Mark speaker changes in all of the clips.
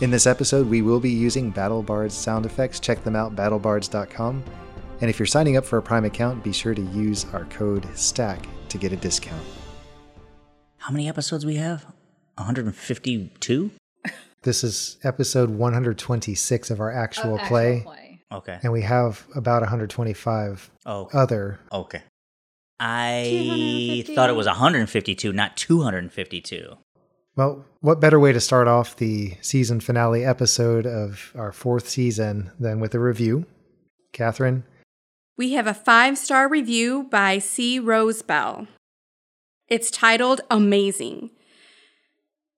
Speaker 1: In this episode, we will be using BattleBards sound effects. Check them out, battlebards.com. And if you're signing up for a Prime account, be sure to use our code STACK to get a discount.
Speaker 2: How many episodes we have? 152?
Speaker 1: This is episode 126 of our actual,
Speaker 3: Of actual
Speaker 1: play,
Speaker 2: Okay.
Speaker 1: and we have about 125
Speaker 2: Oh,
Speaker 1: other.
Speaker 2: okay. I
Speaker 3: 250.
Speaker 2: thought it was 152, not 252.
Speaker 1: Well, what better way to start off the season finale episode of our fourth season than with a review? Catherine,
Speaker 3: We have a five star review by C. Rosebell. It's titled Amazing.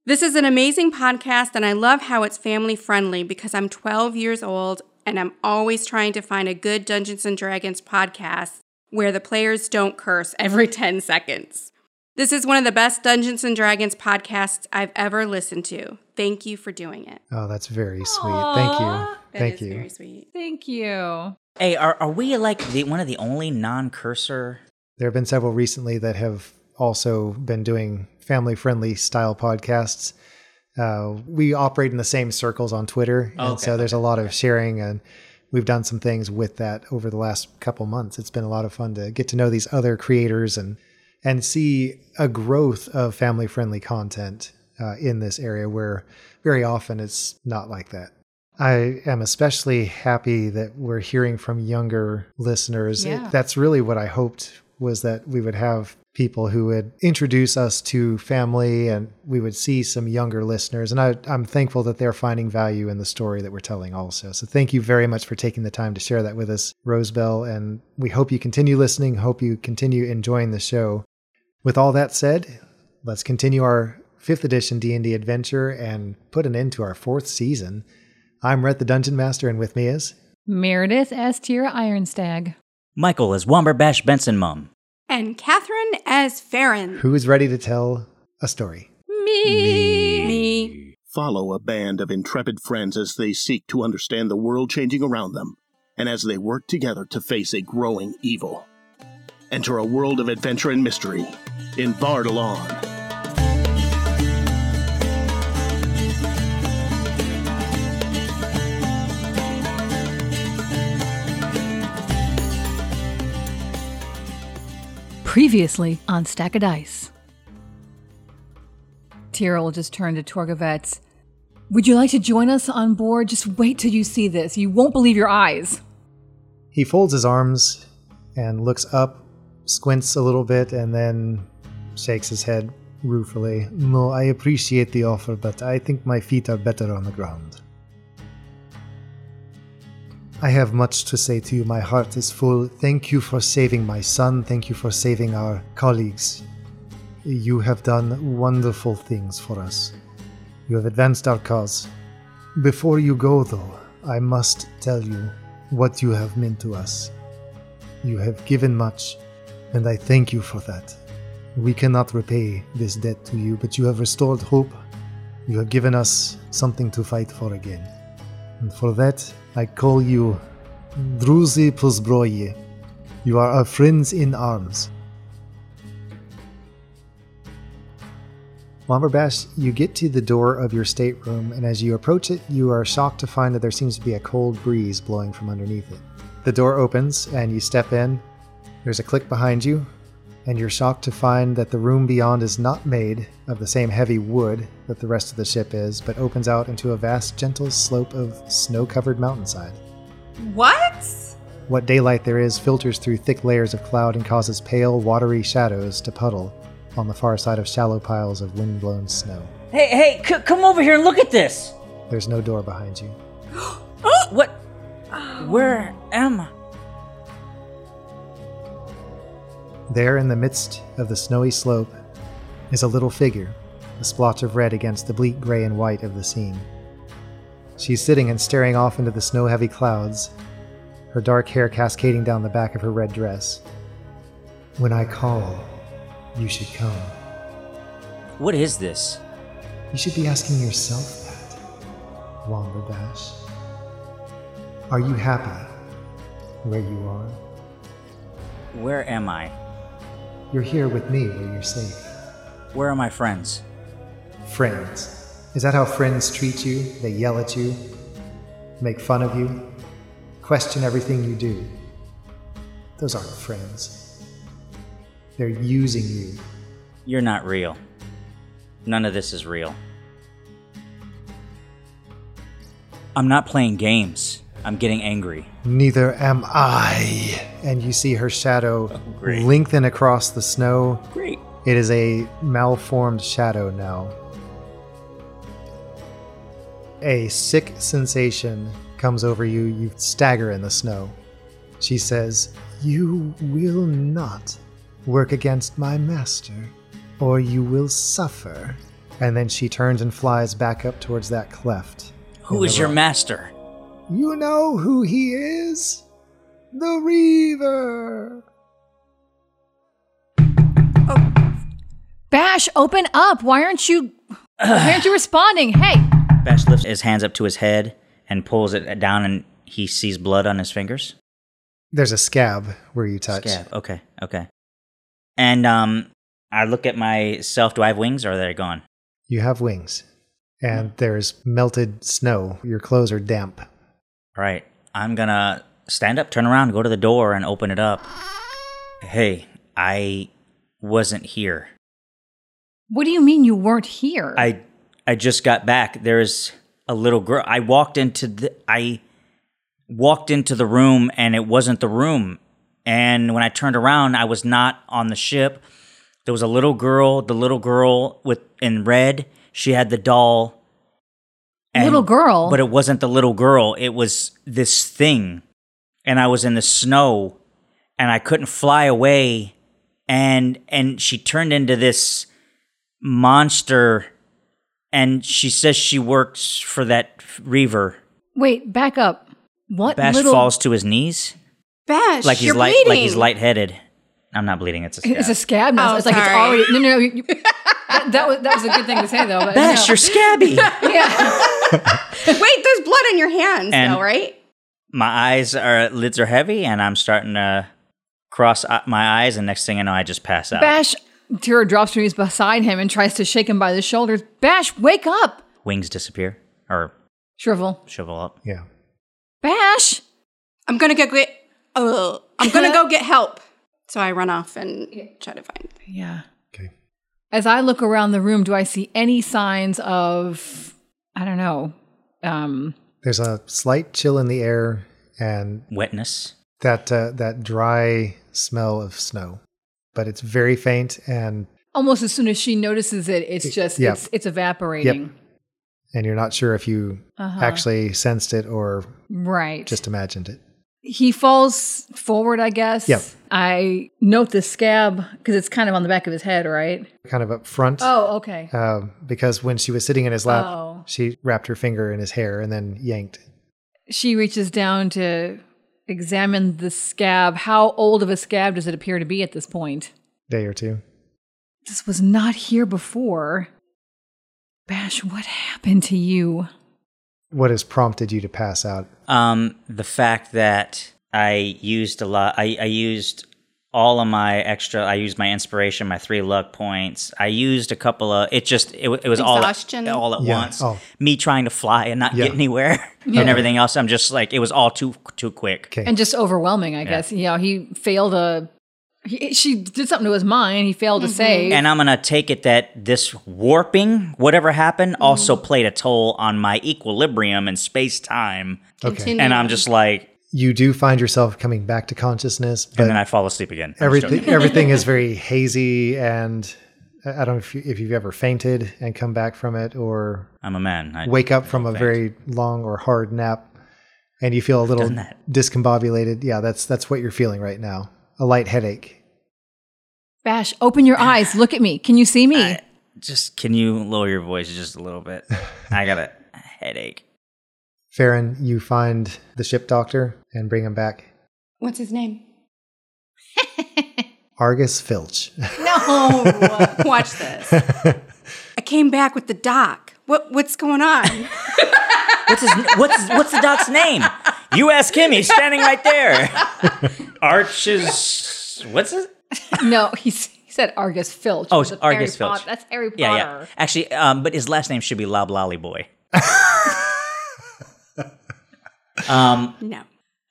Speaker 3: This is an amazing podcast, and I love how it's family friendly because I'm 12 years old and I'm always trying to find a good Dungeons and Dragons podcast where the players don't curse every 10 seconds. This is one of the best Dungeons and Dragons podcasts I've ever listened to. Thank you for doing it.
Speaker 1: oh, that's very sweet. Thank you.
Speaker 4: Aw.
Speaker 3: That
Speaker 1: Thank
Speaker 3: is
Speaker 1: you.
Speaker 3: very sweet.
Speaker 4: Thank you.
Speaker 2: Hey, are, are we like the, one of the only non cursor?
Speaker 1: There have been several recently that have also been doing family friendly style podcasts. Uh, we operate in the same circles on Twitter. And
Speaker 2: Oh, Okay,
Speaker 1: so there's a lot of sharing, and we've done some things with that over the last couple months. It's been a lot of fun to get to know these other creators and, and see a growth of family friendly content uh, in this area where very often it's not like that. I am especially happy that we're hearing from younger listeners. It-
Speaker 4: Yeah.
Speaker 1: that's really what I hoped was that we would have people who would introduce us to family and we would see some younger listeners. And I, I'm thankful that they're finding value in the story that we're telling also. So thank you very much for taking the time to share that with us, Rosebell. And we hope you continue listening, hope you continue enjoying the show. With all that said, let's continue our fifth edition D&D adventure and put an end to our fourth season. I'm Rhett the Dungeon Master, and with me is
Speaker 4: Meredith S. Tier Ironstag.
Speaker 2: Michael is Womberbash Benson Mum.
Speaker 3: And Catherine as Farron.
Speaker 1: who is ready to tell a story.
Speaker 4: Me.
Speaker 3: Me.
Speaker 5: Follow a band of intrepid friends as they seek to understand the world changing around them and as they work together to face a growing evil. Enter a world of adventure and mystery in Bardalon.
Speaker 4: Previously on Stack of Dice. Tyrell just turned to Torgovets. Would you like to join us on board? Just wait till you see this. You won't believe your eyes.
Speaker 1: He folds his arms and looks up, squints a little bit, and then shakes his head ruefully. No, I appreciate the offer, but I think my feet are better on the ground. I have much to say to you. My heart is full. Thank you for saving my son. Thank you for saving our colleagues. You have done wonderful things for us. You have advanced our cause. Before you go, though, I must tell you what you have meant to us. You have given much, and I thank you for that. We cannot repay this debt to you, but you have restored hope. You have given us something to fight for again. And for that, I call you Druzy Pusbroye. You are our friends in arms. Womberbash, you get to the door of your stateroom, and as you approach it, you are shocked to find that there seems to be a cold breeze blowing from underneath it. The door opens, and you step in. There's a click behind you, and you're shocked to find that the room beyond is not made of the same heavy wood that the rest of the ship is, but opens out into a vast, gentle slope of snow covered mountainside.
Speaker 3: What?
Speaker 1: What daylight there is filters through thick layers of cloud and causes pale, watery shadows to puddle on the far side of shallow piles of wind blown snow.
Speaker 2: Hey, hey, c- come over here and look at this.
Speaker 1: There's no door behind you.
Speaker 2: What? Where am I?
Speaker 1: There, in the midst of the snowy slope, is a little figure, a splotch of red against the bleak gray and white of the scene. She's sitting and staring off into the snow heavy clouds, her dark hair cascading down the back of her red dress. When I call, you should come.
Speaker 2: What is this?
Speaker 1: You should be asking yourself that, Womberbash. Are you happy where you are?
Speaker 2: Where am I?
Speaker 1: You're here with me where you're safe.
Speaker 2: Where are my friends?
Speaker 1: Friends. Is that how friends treat you? They yell at you, make fun of you, question everything you do. Those aren't friends. They're using you.
Speaker 2: You're not real. None of this is real. I'm not playing games. I'm getting angry.
Speaker 1: Neither am I. And you see her shadow
Speaker 2: great.
Speaker 1: lengthen across the snow.
Speaker 2: Great.
Speaker 1: It is a malformed shadow now. A sick sensation comes over you. You stagger in the snow. She says, You will not work against my master, or you will suffer. And then she turns and flies back up towards that cleft.
Speaker 2: Who is your master?
Speaker 1: You know who he is? The Reaver!
Speaker 4: Bash, open up. Why aren't you? Why aren't you responding? Hey,
Speaker 2: Bash lifts his hands up to his head and pulls it down, and he sees blood on his fingers.
Speaker 1: There's a scab where you touch.
Speaker 2: Scab. Okay. Okay. And um, I look at myself. Do I have wings, or are they gone?
Speaker 1: You have wings,
Speaker 4: Hmm.
Speaker 1: and there's melted snow. Your clothes are damp.
Speaker 2: All right. I'm gonna stand up, turn around, go to the door, and open it up. Hey, I wasn't here.
Speaker 4: what do you mean you weren't here?
Speaker 2: I I just got back. There's a little girl. I walked into the I walked into the room and it wasn't the room. And when I turned around, I was not on the ship. There was a little girl, the little girl with in red. She had the doll.
Speaker 4: Little girl?
Speaker 2: But it wasn't the little girl. It was this thing. And I was in the snow and I couldn't fly away and and she turned into this monster and she says she works for that reaver.
Speaker 4: Wait, back up. What
Speaker 2: Bash
Speaker 4: little?
Speaker 2: falls to his knees,
Speaker 3: Bash,
Speaker 2: like he's
Speaker 3: you're
Speaker 2: light, like he's
Speaker 3: bleeding.
Speaker 2: lightheaded. I'm not bleeding. It's a scab.
Speaker 4: It's a scab. Now.
Speaker 3: Oh,
Speaker 4: it's like it's
Speaker 3: sorry.
Speaker 4: already. No, no, no. You, you- that, that was that was a good thing to say though. But
Speaker 2: Bash,
Speaker 4: no.
Speaker 2: you're scabby.
Speaker 4: yeah.
Speaker 3: Wait, there's blood on your hands,
Speaker 2: And-
Speaker 3: though, right?
Speaker 2: my eyes are lids are heavy, and I'm starting to cross uh, my eyes. And next thing I know, I just pass out.
Speaker 4: Bash. Tira drops to his beside him and tries to shake him by the shoulders. Bash, wake up!
Speaker 2: Wings disappear or
Speaker 4: Shrivel.
Speaker 2: shrivel up.
Speaker 1: Yeah.
Speaker 4: Bash.
Speaker 3: I'm gonna go get. Uh, I'm gonna go get help. So I run off and try to find.
Speaker 4: Yeah.
Speaker 1: Okay.
Speaker 4: As I look around the room, do I see any signs of I don't know, um,
Speaker 1: There's a slight chill in the air, and
Speaker 2: Wetness.
Speaker 1: that uh, that dry smell of snow, but it's very faint. And
Speaker 4: almost as soon as she notices it, it's just
Speaker 1: yeah.
Speaker 4: it's it's evaporating.
Speaker 1: and you're not sure if you
Speaker 4: Uh-huh.
Speaker 1: actually sensed it or
Speaker 4: Right.
Speaker 1: just imagined it.
Speaker 4: he falls forward, I guess.
Speaker 1: Yep.
Speaker 4: I note the scab because it's kind of on the back of his head, right?
Speaker 1: Kind of up front.
Speaker 4: Oh, okay.
Speaker 1: Um, because when she was sitting in his lap,
Speaker 4: Oh.
Speaker 1: she wrapped her finger in his hair and then yanked.
Speaker 4: She reaches down to examine the scab. How old of a scab does it appear to be at this point?
Speaker 1: Day or two.
Speaker 4: This was not here before. Bash, what happened to you?
Speaker 1: What has prompted you to pass out?
Speaker 2: Um, the fact that I used a lot. I, I used all of my extra. I used my inspiration, my three luck points. I used a couple of. It just it, wa- it was
Speaker 3: Exhaustion.
Speaker 2: all at, all at
Speaker 1: Yeah.
Speaker 2: once.
Speaker 1: Oh.
Speaker 2: Me trying to fly and not
Speaker 1: Yeah.
Speaker 2: get anywhere and everything else. I'm just like it was all too too quick.
Speaker 1: Okay.
Speaker 4: And just overwhelming, I guess. You know, he failed a. He, she did something to his mind. He failed to save.
Speaker 2: And I'm gonna take it that this warping, whatever happened, also played a toll on my equilibrium in space time.
Speaker 1: Okay.
Speaker 2: And I'm just like,
Speaker 1: You do find yourself coming back to consciousness, but
Speaker 2: and then I fall asleep again. I'm just
Speaker 1: everything
Speaker 2: joking.
Speaker 1: everything is very hazy and uh, I I don't know if, you, if you've ever fainted and come back from it or
Speaker 2: I'm a man. I,
Speaker 1: wake up from a very long or hard nap and you feel a little
Speaker 2: Done that.
Speaker 1: discombobulated. Yeah, that's that's what you're feeling right now. A light headache.
Speaker 4: Bash, open your eyes. Look at me. Can you see me?
Speaker 2: Just can you lower your voice just a little bit? I got a headache.
Speaker 1: Farron, you find the ship doctor and bring him back.
Speaker 3: What's his name?
Speaker 1: Argus Filch.
Speaker 4: no.
Speaker 3: Watch this. I came back with the doc. What what's going on?
Speaker 2: What's his, what's what's the doc's name? You ask him. He's standing right there. Arches. What's his?
Speaker 4: no, he's, He said Argus Filch.
Speaker 2: Oh,
Speaker 4: It was a
Speaker 2: Argus
Speaker 4: Harry Pot-
Speaker 2: Filch.
Speaker 4: That's Harry Potter.
Speaker 2: Yeah, yeah. Actually, um, but his last name should be Loblolly Boy. um,
Speaker 3: No.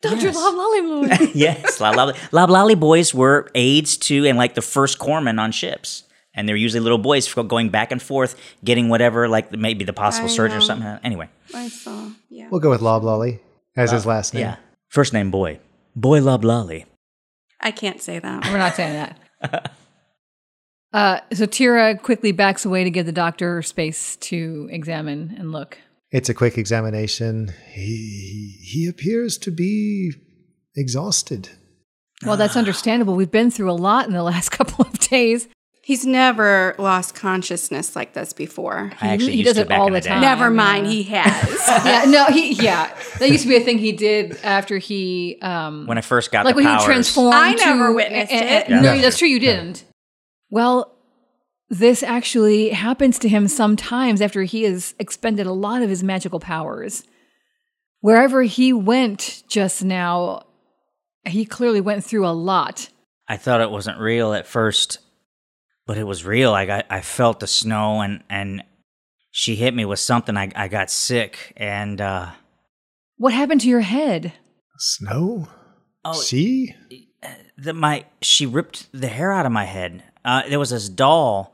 Speaker 4: Dr. Love Lollymoon.
Speaker 2: yes, Loblolly Loblolly Boys were aides to and like the first corpsmen on ships. And they're usually little boys for going back and forth, getting whatever, like maybe the possible
Speaker 3: I
Speaker 2: surge or
Speaker 3: know.
Speaker 2: something. Anyway,
Speaker 3: I saw. Yeah.
Speaker 1: We'll go with Loblolly as his last name.
Speaker 2: Ah, yeah. First name Boy. Boy Loblolly.
Speaker 3: I can't say that.
Speaker 4: We're not saying that. Uh, so Tira quickly backs away to give the doctor space to examine and look.
Speaker 1: It's a quick examination. He, he appears to be exhausted.
Speaker 4: Well, that's understandable. We've been through a lot in the last couple of days.
Speaker 3: He's never lost consciousness like this before.
Speaker 2: I actually
Speaker 4: he
Speaker 2: used
Speaker 4: does
Speaker 2: to
Speaker 4: it
Speaker 2: back
Speaker 4: all
Speaker 2: in the,
Speaker 4: the
Speaker 2: day.
Speaker 4: time.
Speaker 3: Never
Speaker 4: I'm,
Speaker 3: mind,
Speaker 4: uh,
Speaker 3: he has.
Speaker 4: yeah, no, he yeah. That used to be a thing he did after he um
Speaker 2: When I first got
Speaker 4: like
Speaker 2: the
Speaker 4: when
Speaker 2: powers.
Speaker 4: he transformed.
Speaker 3: I never
Speaker 4: to-
Speaker 3: witnessed
Speaker 4: eh, eh,
Speaker 3: it.
Speaker 4: eh,
Speaker 2: Yeah.
Speaker 4: No,
Speaker 1: No.
Speaker 4: that's true. You didn't. Well, this actually happens to him sometimes after he has expended a lot of his magical powers. Wherever he went just now, he clearly went through a lot.
Speaker 2: I thought it wasn't real at first, but it was real. Like I, I felt the snow and and she hit me with something. I I got sick and uh
Speaker 4: What happened to your head?
Speaker 1: Snow?
Speaker 2: oh
Speaker 1: See?
Speaker 2: the, my she ripped the hair out of my head. Uh, there was this doll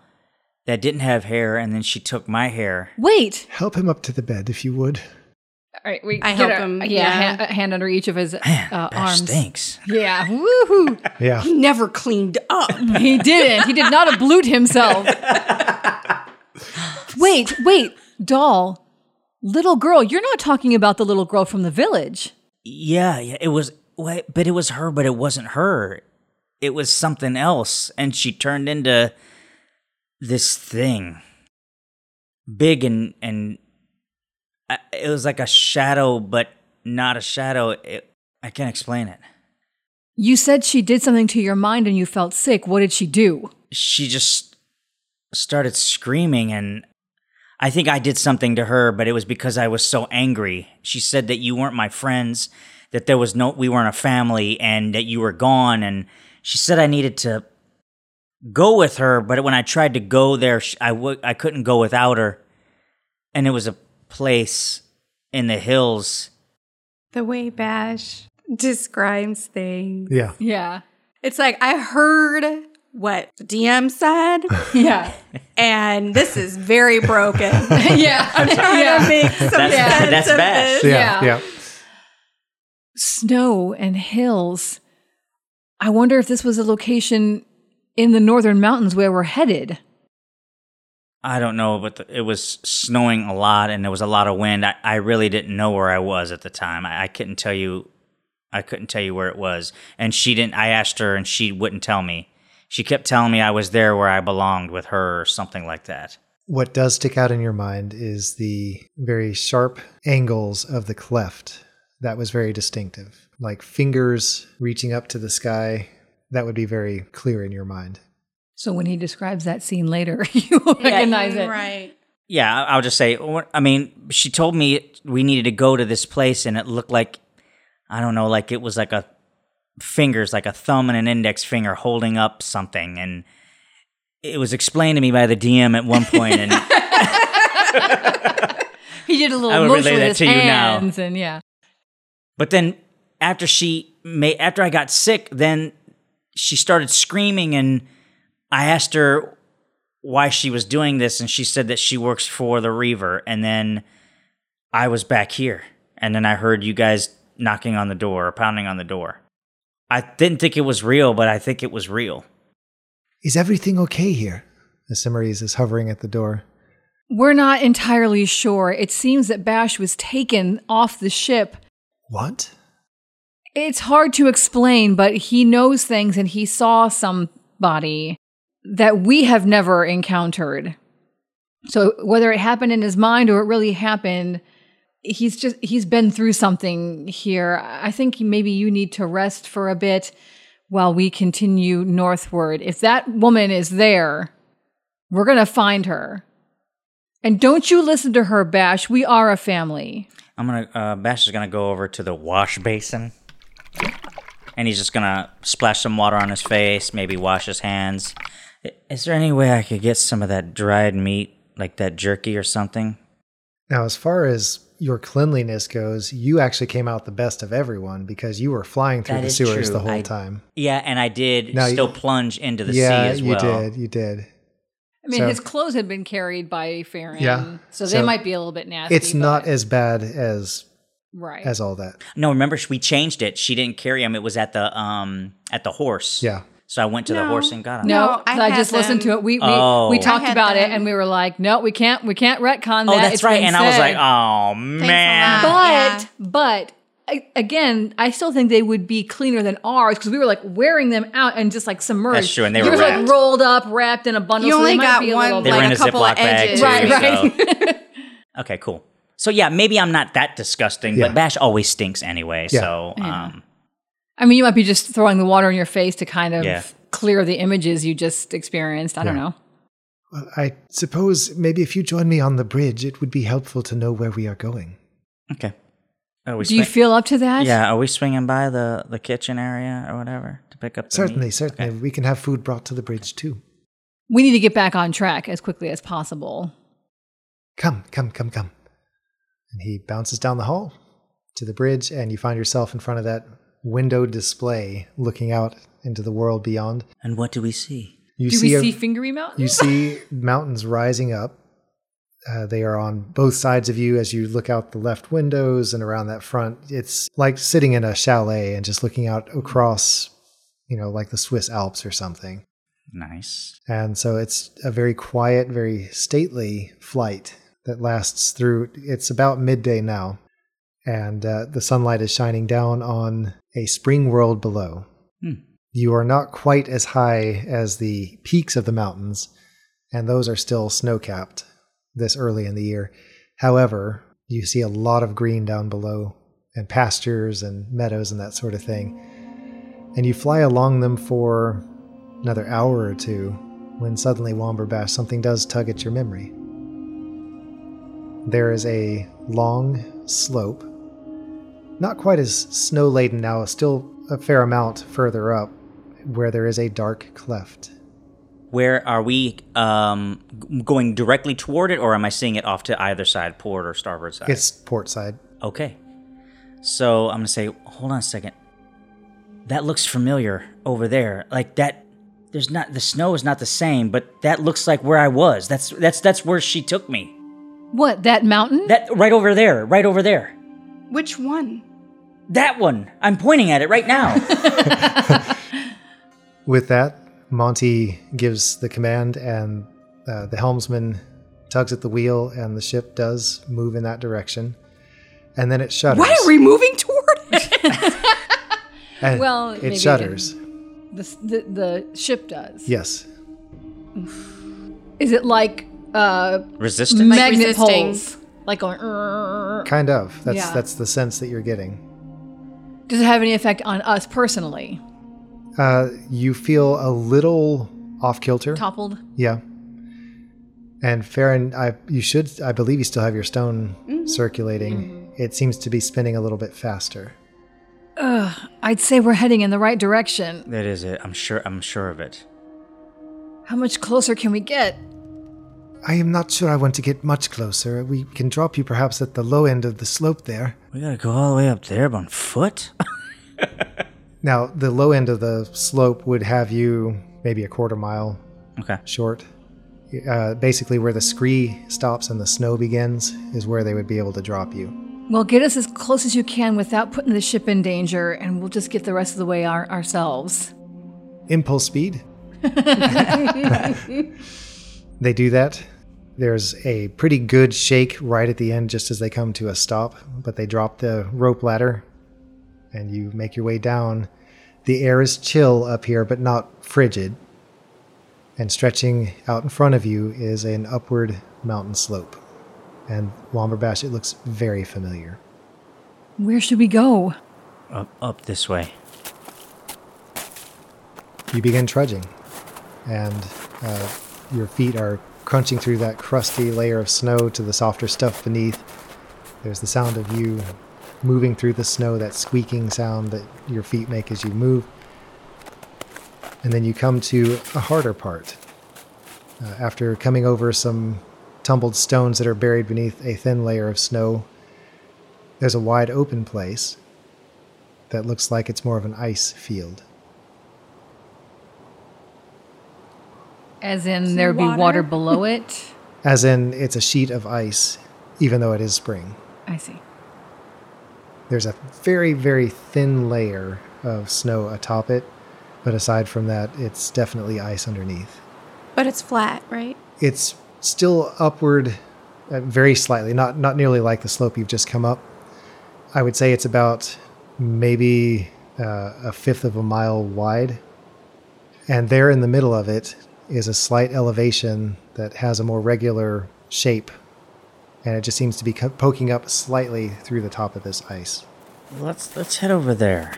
Speaker 2: that didn't have hair, and then she took my hair.
Speaker 4: Wait.
Speaker 1: Help him up to the bed if you would.
Speaker 4: All right, we
Speaker 3: I
Speaker 4: get
Speaker 3: help
Speaker 4: a-
Speaker 3: him,
Speaker 4: Yeah,
Speaker 3: yeah.
Speaker 4: ha- a hand under each of his
Speaker 2: Man,
Speaker 4: uh,
Speaker 2: that
Speaker 4: arms.
Speaker 2: stinks.
Speaker 4: Yeah, woohoo!
Speaker 1: Yeah.
Speaker 3: he never cleaned up.
Speaker 4: He didn't. He did not ablute himself. wait, wait, doll, little girl. You're not talking about the little girl from the village.
Speaker 2: Yeah, yeah. It was wait, but it was her, but it wasn't her. It was something else, and she turned into this thing, big and and I, it was like a shadow, but not a shadow. It, I can't explain it.
Speaker 4: You said she did something to your mind and you felt sick. What did she do?
Speaker 2: She just started screaming, and I think I did something to her, but it was because I was so angry. She said that you weren't my friends, that there was no, we weren't a family, and that you were gone. And she said I needed to go with her, but when I tried to go there, sh- I w- I couldn't go without her. And it was a place in the hills.
Speaker 3: The way Bash describes things.
Speaker 1: Yeah.
Speaker 4: Yeah,
Speaker 3: It's like I heard what the DM said,
Speaker 4: yeah,
Speaker 3: and this is very broken. Trying
Speaker 4: yeah. I'm
Speaker 3: to make some
Speaker 2: That's-
Speaker 3: sense
Speaker 2: that's
Speaker 3: of
Speaker 2: Bash.
Speaker 3: this.
Speaker 1: Yeah.
Speaker 4: Yeah.
Speaker 1: Yeah.
Speaker 4: snow and hills. I wonder if this was a location in the northern mountains where we're headed.
Speaker 2: I don't know, but the, it was snowing a lot and there was a lot of wind. I, I really didn't know where I was at the time. I, I couldn't tell you. I couldn't tell you where it was. And she didn't. I asked her, and she wouldn't tell me. She kept telling me I was there where I belonged with her, or something like that.
Speaker 1: What does stick out in your mind is the very sharp angles of the cleft. That was very distinctive. Like fingers reaching up to the sky. That would be very clear in your mind.
Speaker 4: So when he describes that scene later, you will recognize it.
Speaker 3: Right.
Speaker 2: Yeah, I- I'll just say. what- I mean, she told me we needed to go to this place, and it looked like I don't know, like it was like a fingers, like a thumb and an index finger holding up something, and it was explained to me by the DM at one point, and.
Speaker 4: He did a
Speaker 2: I
Speaker 4: little
Speaker 2: would
Speaker 4: motion
Speaker 2: relay
Speaker 4: with
Speaker 2: that
Speaker 4: his
Speaker 2: to you now.
Speaker 4: hands, and yeah,
Speaker 2: But then after she made after I got sick, then she started screaming and I asked her why she was doing this and she said that she works for the Reaver and then I was back here and then I heard you guys knocking on the door or pounding on the door. I didn't think it was real, but I think it was real.
Speaker 1: Is everything okay here? Asimaris is hovering at the door.
Speaker 4: we're not entirely sure. It seems that Bash was taken off the ship.
Speaker 1: What?
Speaker 4: It's hard to explain, but he knows things, and he saw somebody that we have never encountered. So whether it happened in his mind or it really happened, he's just he's been through something here. I think maybe you need to rest for a bit while we continue northward. If that woman is there, we're going to find her. And don't you listen to her, Bash. We are a family.
Speaker 2: I'm gonna uh, Bash is gonna go over to the wash basin, and he's just gonna splash some water on his face, maybe wash his hands. Is there any way I could get some of that dried meat, like that jerky or something?
Speaker 1: Now, as far as your cleanliness goes, you actually came out the best of everyone because you were flying through
Speaker 2: That
Speaker 1: the
Speaker 2: is
Speaker 1: sewers
Speaker 2: true.
Speaker 1: the whole
Speaker 2: I-
Speaker 1: time.
Speaker 2: Yeah, and I did
Speaker 1: No, you-
Speaker 2: still plunge into the
Speaker 1: yeah,
Speaker 2: sea as
Speaker 1: you
Speaker 2: well.
Speaker 1: did. You did.
Speaker 4: I mean,
Speaker 1: So-
Speaker 4: his clothes had been carried by Farron.
Speaker 1: Yeah.
Speaker 4: So they
Speaker 1: So-
Speaker 4: might be a little bit nasty.
Speaker 1: It's not
Speaker 4: but-
Speaker 1: as bad as
Speaker 4: right.
Speaker 1: as all that.
Speaker 2: No, remember sh- we changed it. She didn't carry him. It was at the um at the horse.
Speaker 1: Yeah.
Speaker 2: So I went to the
Speaker 3: No.
Speaker 2: horse and got him.
Speaker 4: no,
Speaker 3: No, I
Speaker 4: so I,
Speaker 3: had
Speaker 4: just listened to
Speaker 3: them.
Speaker 4: it. We we,
Speaker 2: Oh.
Speaker 4: we
Speaker 2: I
Speaker 4: talked
Speaker 3: had
Speaker 4: about it
Speaker 3: them.
Speaker 4: and we were like, no, we can't we can't retcon that.
Speaker 2: Oh, that's
Speaker 4: It's
Speaker 2: right.
Speaker 4: been
Speaker 2: And I was
Speaker 4: said.
Speaker 2: like, "Ah." oh man.
Speaker 3: lot.
Speaker 4: But
Speaker 3: Yeah.
Speaker 4: but a- again, I still think they would be cleaner than ours because we were like wearing them out and just like submerged.
Speaker 2: That's true, and they were
Speaker 4: Yours, like
Speaker 2: wrapped.
Speaker 4: rolled up, wrapped in a bundle.
Speaker 3: You
Speaker 4: so they
Speaker 3: only
Speaker 4: might
Speaker 3: got
Speaker 4: be a little
Speaker 3: one,
Speaker 2: They
Speaker 4: bit-
Speaker 2: were
Speaker 3: like
Speaker 2: in
Speaker 3: a
Speaker 2: a
Speaker 3: couple
Speaker 2: Ziploc
Speaker 3: of
Speaker 2: bag,
Speaker 3: edges.
Speaker 2: too,
Speaker 4: right, right.
Speaker 2: Okay, cool. So yeah, maybe I'm not that disgusting,
Speaker 1: Yeah.
Speaker 2: but Bash always stinks anyway.
Speaker 1: Yeah.
Speaker 2: So um
Speaker 4: I mean, you might be just throwing the water in your face to kind of
Speaker 2: Yeah.
Speaker 4: clear the images you just experienced. I don't
Speaker 1: Yeah.
Speaker 4: know.
Speaker 1: Well, I suppose maybe if you join me on the bridge, it would be helpful to know where we are going.
Speaker 2: okay. Are we
Speaker 4: Do you
Speaker 2: swing-
Speaker 4: feel up to that?
Speaker 2: Yeah, are we swinging by the the kitchen area or whatever to pick up the meat?
Speaker 1: Certainly, certainly. We can have food brought to the bridge too.
Speaker 4: We need to get back on track as quickly as possible.
Speaker 1: Come, come, come, come. And he bounces down the hall to the bridge, and you find yourself in front of that window display looking out into the world beyond.
Speaker 2: And what do we see?
Speaker 1: You
Speaker 4: Do
Speaker 1: see,
Speaker 4: we
Speaker 1: a-
Speaker 4: see Fingery Mountain?
Speaker 1: you see mountains rising up. Uh, they are on both sides of you as you look out the left windows and around that front. It's like sitting in a chalet and just looking out across, you know, like the Swiss Alps or something.
Speaker 2: Nice.
Speaker 1: And so it's a very quiet, very stately flight that lasts through. It's about midday now, and uh, the sunlight is shining down on a spring world below.
Speaker 2: Hmm.
Speaker 1: You are not quite as high as the peaks of the mountains, and those are still snow capped this early in the year. However, you see a lot of green down below, and pastures and meadows and that sort of thing. And you fly along them for another hour or two when suddenly Womberbash something does tug at your memory. There is a long slope, not quite as snow laden now, still a fair amount further up, where there is a dark cleft.
Speaker 2: Where are we um g- going directly toward it or am I seeing it off to either side, port or starboard side?
Speaker 1: It's port side.
Speaker 2: Okay. So I'm gonna say, hold on a second. That looks familiar over there. Like that there's not the snow is not the same, but that looks like where I was. That's that's that's where she took me.
Speaker 4: what, that mountain?
Speaker 2: That right over there, right over there.
Speaker 3: Which one?
Speaker 2: That one. I'm pointing at it right now.
Speaker 1: With that, Monty gives the command, and uh, the helmsman tugs at the wheel, and the ship does move in that direction. And then it shudders.
Speaker 3: Why are we moving toward it?
Speaker 1: and
Speaker 4: Well, maybe
Speaker 1: it
Speaker 4: you
Speaker 1: shudders.
Speaker 4: the, s- the, the ship does.
Speaker 1: Yes.
Speaker 4: Is it like uh,
Speaker 2: Resistance.
Speaker 3: Like
Speaker 4: magnet
Speaker 3: resisting.
Speaker 4: poles? Like going. "Err."
Speaker 1: Kind of. That's
Speaker 4: Yeah.
Speaker 1: that's the sense that you're getting.
Speaker 4: Does it have any effect on us personally?
Speaker 1: Uh, you feel a little off kilter.
Speaker 4: Toppled?
Speaker 1: Yeah. And Farron, I you should I believe you still have your stone circulating. It seems to be spinning a little bit faster.
Speaker 4: I'd say we're heading in the right direction.
Speaker 2: That is it. I'm sure I'm sure of it.
Speaker 4: How much closer can we get?
Speaker 1: I am not sure I want to get much closer. We can drop you perhaps at the low end of the slope there.
Speaker 2: We gotta go all the way up there but on foot?
Speaker 1: Now, the low end of the slope would have you maybe a quarter mile
Speaker 2: okay.
Speaker 1: short. Uh, basically, where the scree stops and the snow begins is where they would be able to drop you.
Speaker 4: Well, get us as close as you can without putting the ship in danger, and we'll just get the rest of the way our- ourselves.
Speaker 1: impulse speed. they do that. There's a pretty good shake right at the end just as they come to a stop, but they drop the rope ladder and you make your way down. The air is chill up here, but not frigid. And stretching out in front of you is an upward mountain slope. And Womberbash, it looks very familiar.
Speaker 4: Where should we go?
Speaker 2: Up up this way.
Speaker 1: you begin trudging, and uh, your feet are crunching through that crusty layer of snow to the softer stuff beneath. There's the sound of you moving through the snow, that squeaking sound that your feet make as you move. And then you come to a harder part, Uh, after coming over some tumbled stones that are buried beneath a thin layer of snow, there's a wide open place that looks like it's more of an ice field.
Speaker 4: As in, there'd be
Speaker 3: water?
Speaker 4: water below it.
Speaker 1: As in, it's a sheet of ice, even though it is spring.
Speaker 4: I see.
Speaker 1: There's a very, very thin layer of snow atop it, but aside from that, it's definitely ice underneath.
Speaker 3: But it's flat, right?
Speaker 1: It's still upward, uh, very slightly, not not nearly like the slope you've just come up. I would say it's about maybe uh, a fifth of a mile wide, and there in the middle of it is a slight elevation that has a more regular shape, and it just seems to be co- poking up slightly through the top of this ice.
Speaker 2: Let's let's head over there.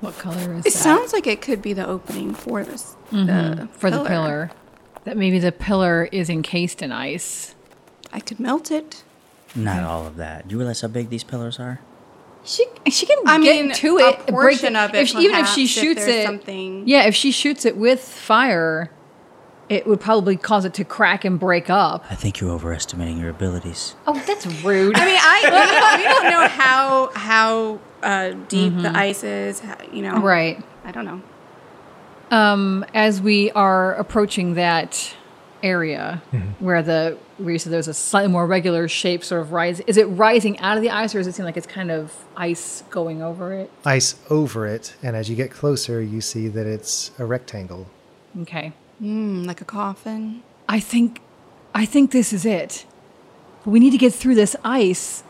Speaker 4: What color is that?
Speaker 3: It sounds like it could be the opening for this the
Speaker 4: Mm-hmm. for the pillar. That maybe the pillar is encased in ice.
Speaker 3: I could melt it.
Speaker 2: Not all of that. Do you realize how big these pillars are?
Speaker 4: She she can
Speaker 3: I
Speaker 4: get
Speaker 3: mean,
Speaker 4: to
Speaker 3: a
Speaker 4: it, break
Speaker 3: portion of it,
Speaker 4: if she- even if she
Speaker 3: perhaps, if
Speaker 4: shoots
Speaker 3: there's
Speaker 4: it.
Speaker 3: something-
Speaker 4: Yeah, if she shoots it with fire, it would probably cause it to crack and break up.
Speaker 2: I think you're overestimating your abilities.
Speaker 4: Oh, that's rude.
Speaker 3: I mean, I we don't, we don't know how how uh, deep the ice is. How, you know,
Speaker 4: Mm-hmm. right.
Speaker 3: I don't know.
Speaker 4: Um, as we are approaching that area where the where you said there's a slightly more regular shape sort of rise, is it rising out of the ice, or does it seem like it's kind of ice going over it?
Speaker 1: Ice over it, and as you get closer, you see that it's a rectangle.
Speaker 4: Okay.
Speaker 3: Mm, like a coffin.
Speaker 4: I think, I think this is it. But we need to get through this ice.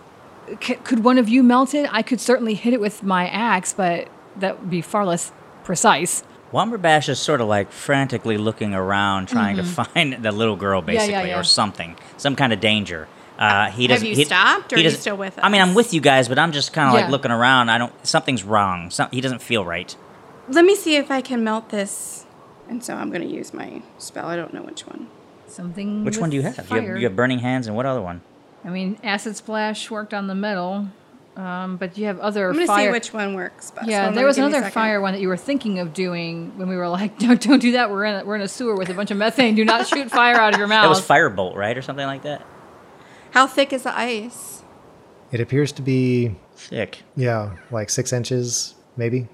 Speaker 4: C- could one of you melt it? I could certainly hit it with my axe, but that would be far less precise.
Speaker 2: Womberbash is sort of like frantically looking around, trying to
Speaker 3: Mm-hmm.
Speaker 2: find the little girl,
Speaker 4: yeah,
Speaker 2: basically,
Speaker 4: yeah.
Speaker 2: or something, some kind of danger. Uh, he
Speaker 3: Have
Speaker 2: doesn't.
Speaker 3: you
Speaker 2: he-
Speaker 3: stopped, or
Speaker 2: he
Speaker 3: are you
Speaker 2: doesn't-
Speaker 3: still with
Speaker 2: I mean, I'm
Speaker 3: us?
Speaker 2: with you guys, but I'm just kind of
Speaker 4: Yeah.
Speaker 2: like looking around. I don't. Something's wrong. Some, he doesn't feel right.
Speaker 3: Let me see if I can melt this. And so I'm going to use my spell. I don't know which one.
Speaker 4: Something.
Speaker 2: Which one
Speaker 4: with
Speaker 2: do you have? You,
Speaker 4: fire.
Speaker 2: have? you have burning hands, and what other one?
Speaker 4: I mean, acid splash worked on the metal, um, but you have other
Speaker 3: I'm going to see
Speaker 4: fire.
Speaker 3: which one works best.
Speaker 4: yeah,
Speaker 3: Hold on,
Speaker 4: there was
Speaker 3: give me a
Speaker 4: another
Speaker 3: second.
Speaker 4: fire one that you were thinking of doing when we were like, "Don't, don't do that. We're in a, we're in a sewer with a bunch of methane. Do not shoot fire out of your mouth."
Speaker 2: That
Speaker 3: Oh.
Speaker 2: was firebolt, right, or something like that.
Speaker 3: How thick is the ice?
Speaker 1: It appears to be
Speaker 2: Sick.
Speaker 1: Yeah, like six inches, maybe.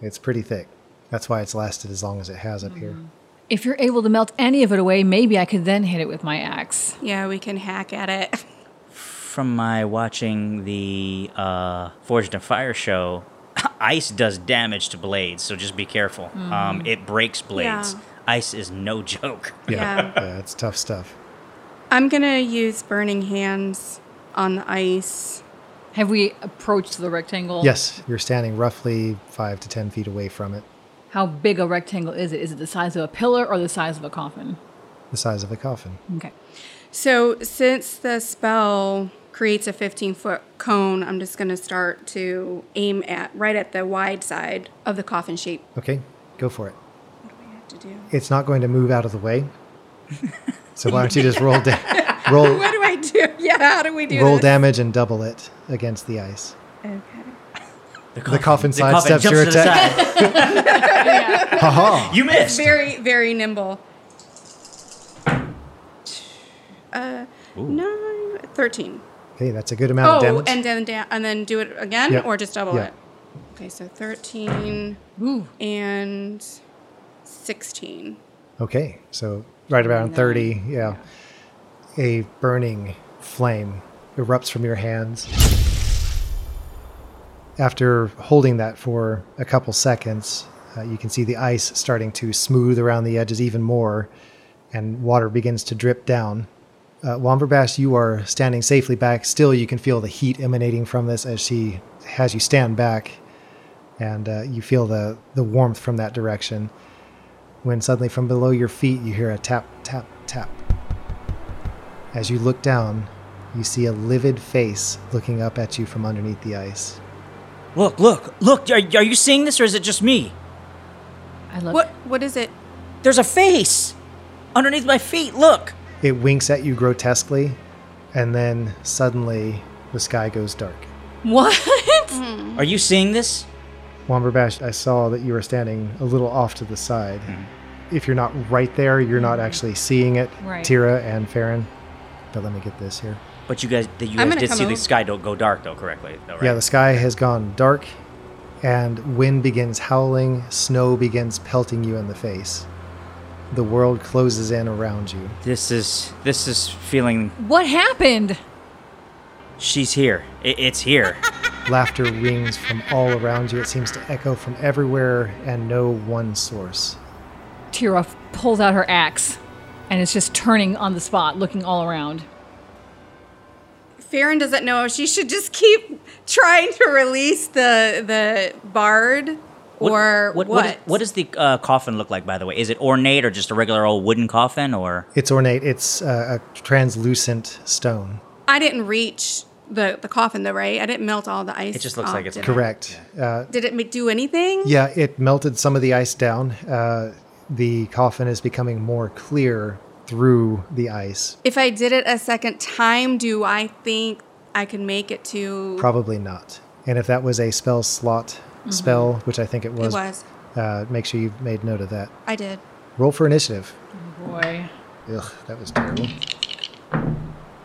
Speaker 1: It's pretty thick. That's why it's lasted as long as it has up here.
Speaker 3: Mm-hmm.
Speaker 4: If you're able to melt any of it away, maybe I could then hit it with my axe.
Speaker 3: Yeah, we can hack at it.
Speaker 2: From my watching the uh, Forged in Fire show, ice does damage to blades, so just be careful. Um, it breaks blades.
Speaker 3: Mm-hmm. Yeah.
Speaker 2: Ice is no joke.
Speaker 3: Yeah.
Speaker 1: Yeah, it's tough stuff.
Speaker 3: I'm going to use burning hands on the ice.
Speaker 4: Have we approached the rectangle?
Speaker 1: Yes, you're standing roughly five to ten feet away from it,
Speaker 4: How big a rectangle is it? Is it the size of a pillar or the size of a coffin?
Speaker 1: the size of a coffin.
Speaker 4: Okay.
Speaker 3: So, since the spell creates a 15 foot cone, I'm just going to start to aim at right at the wide side of the coffin shape.
Speaker 1: Okay, go for it.
Speaker 3: What do I have to do?
Speaker 1: It's not going to move out of the way. So why don't you just roll da- roll
Speaker 3: What do I do? Yeah, how do we do
Speaker 1: roll
Speaker 3: this?
Speaker 1: damage and double it against the ice.
Speaker 3: Okay.
Speaker 1: The coffin side steps your
Speaker 2: jumps to the
Speaker 1: attack.
Speaker 2: side.
Speaker 1: Haha.
Speaker 2: You missed.
Speaker 3: Very, very nimble. Uh, nine, 13.
Speaker 1: Okay, that's a good amount of
Speaker 3: Oh,
Speaker 1: damage.
Speaker 3: and then da- and then do it again,
Speaker 1: Yep.
Speaker 3: or just double
Speaker 1: Yeah.
Speaker 3: it. Okay, so 13
Speaker 4: Ooh.
Speaker 3: and 16.
Speaker 1: Okay, so right around 30, yeah. A burning flame erupts from your hands. After holding that for a couple seconds, uh, you can see the ice starting to smooth around the edges even more, and water begins to drip down. Uh, Womberbash, you are standing safely back. Still, you can feel the heat emanating from this as she has you stand back, and uh, you feel the, the warmth from that direction when suddenly from below your feet you hear a tap, tap, tap. As you look down, you see a livid face looking up at you from underneath the ice.
Speaker 2: Look, look, look. Are, are you seeing this or is it just me?
Speaker 4: I love
Speaker 3: What what is it?
Speaker 2: There's a face underneath my feet. Look.
Speaker 1: It winks at you grotesquely, and then suddenly the sky goes dark.
Speaker 4: What?
Speaker 2: Are you seeing this?
Speaker 1: Womberbash, I saw that you were standing a little off to the side. if you're not right there, you're not actually seeing it.
Speaker 4: Right.
Speaker 1: Tira and Farron. But let me get this here.
Speaker 2: But you guys, that you guys
Speaker 3: I'm gonna
Speaker 2: did
Speaker 3: come
Speaker 2: see
Speaker 3: over.
Speaker 2: the sky don't go dark though, correctly though, right?
Speaker 1: Yeah, the sky has gone dark, and wind begins howling, snow begins pelting you in the face. The world closes in around you.
Speaker 2: this is this is feeling.
Speaker 4: What happened?
Speaker 2: She's here. It, it's here.
Speaker 1: Laughter rings from all around you. It seems to echo from everywhere and no one source.
Speaker 4: Tira f- pulls out her axe and is just turning on the spot, looking all around.
Speaker 3: Farron doesn't know if she should just keep trying to release the the bard or what.
Speaker 2: what, what, is- what does the uh, coffin look like, by the way? Is it ornate or just a regular old wooden coffin? Or
Speaker 1: It's ornate, it's uh, a translucent stone.
Speaker 3: I didn't reach the the coffin though, right? I didn't melt all the ice.
Speaker 2: It just looks
Speaker 3: off,
Speaker 2: like it's
Speaker 3: did I?
Speaker 1: Correct. Uh,
Speaker 3: Did it ma- do anything?
Speaker 1: yeah, it melted some of the ice down. Uh, the coffin is becoming more clear through the ice.
Speaker 3: If I did it a second time, do I think I can make it to?
Speaker 1: Probably not. And if that was a spell slot spell, which I think it
Speaker 3: it
Speaker 1: was,
Speaker 3: was.
Speaker 1: Uh, make sure you made note of that.
Speaker 3: I did.
Speaker 1: Roll for initiative.
Speaker 4: Boy.
Speaker 1: Ugh, that was terrible.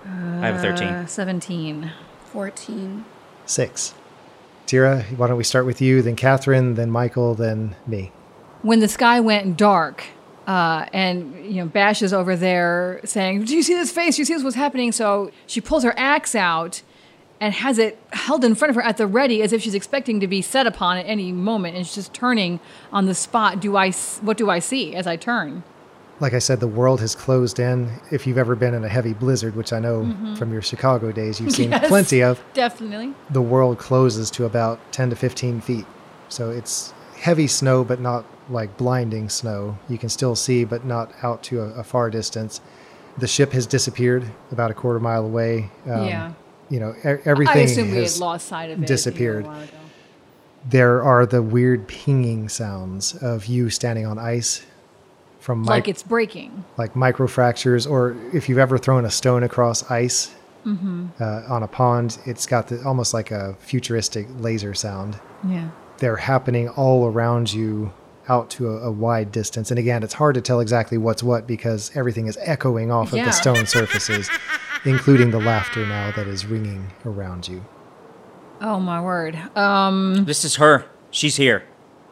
Speaker 2: I have a
Speaker 4: Uh,
Speaker 2: thirteen.
Speaker 4: 17.
Speaker 3: Fourteen.
Speaker 1: Six. Tira, why don't we start with you, then Catherine, then Michael, then me.
Speaker 4: when the sky went dark uh, and you know bash is over there saying do you see this face do you see this what's happening so she pulls her axe out and has it held in front of her at the ready as if she's expecting to be set upon at any moment and she's just turning on the spot do i s- what do i see as i turn
Speaker 1: Like I said, the world has closed in. If you've ever been in a heavy blizzard, which I know from your Chicago days you've seen
Speaker 4: Yes.
Speaker 1: plenty of,
Speaker 4: definitely
Speaker 1: the world closes to about 10 to 15 feet. So it's heavy snow, but not like blinding snow. You can still see, but not out to a, a far distance. The ship has disappeared about a quarter mile away. Um,
Speaker 4: Yeah.
Speaker 1: You know, e- everything
Speaker 4: i assume we had
Speaker 1: has
Speaker 4: lost sight of it you know, a
Speaker 1: disappeared.
Speaker 4: while ago.
Speaker 1: There are the weird pinging sounds of you standing on ice from mic-
Speaker 4: like it's breaking
Speaker 1: like microfractures, or if you've ever thrown a stone across ice
Speaker 4: Mm-hmm.
Speaker 1: uh, on a pond, it's got the, almost like a futuristic laser sound.
Speaker 4: yeah
Speaker 1: they're happening all around you out to a, a wide distance. And again, it's hard to tell exactly what's what because everything is echoing off of
Speaker 4: Yeah.
Speaker 1: the stone surfaces, including the laughter now that is ringing around you.
Speaker 4: oh my word um
Speaker 2: This is her. She's here.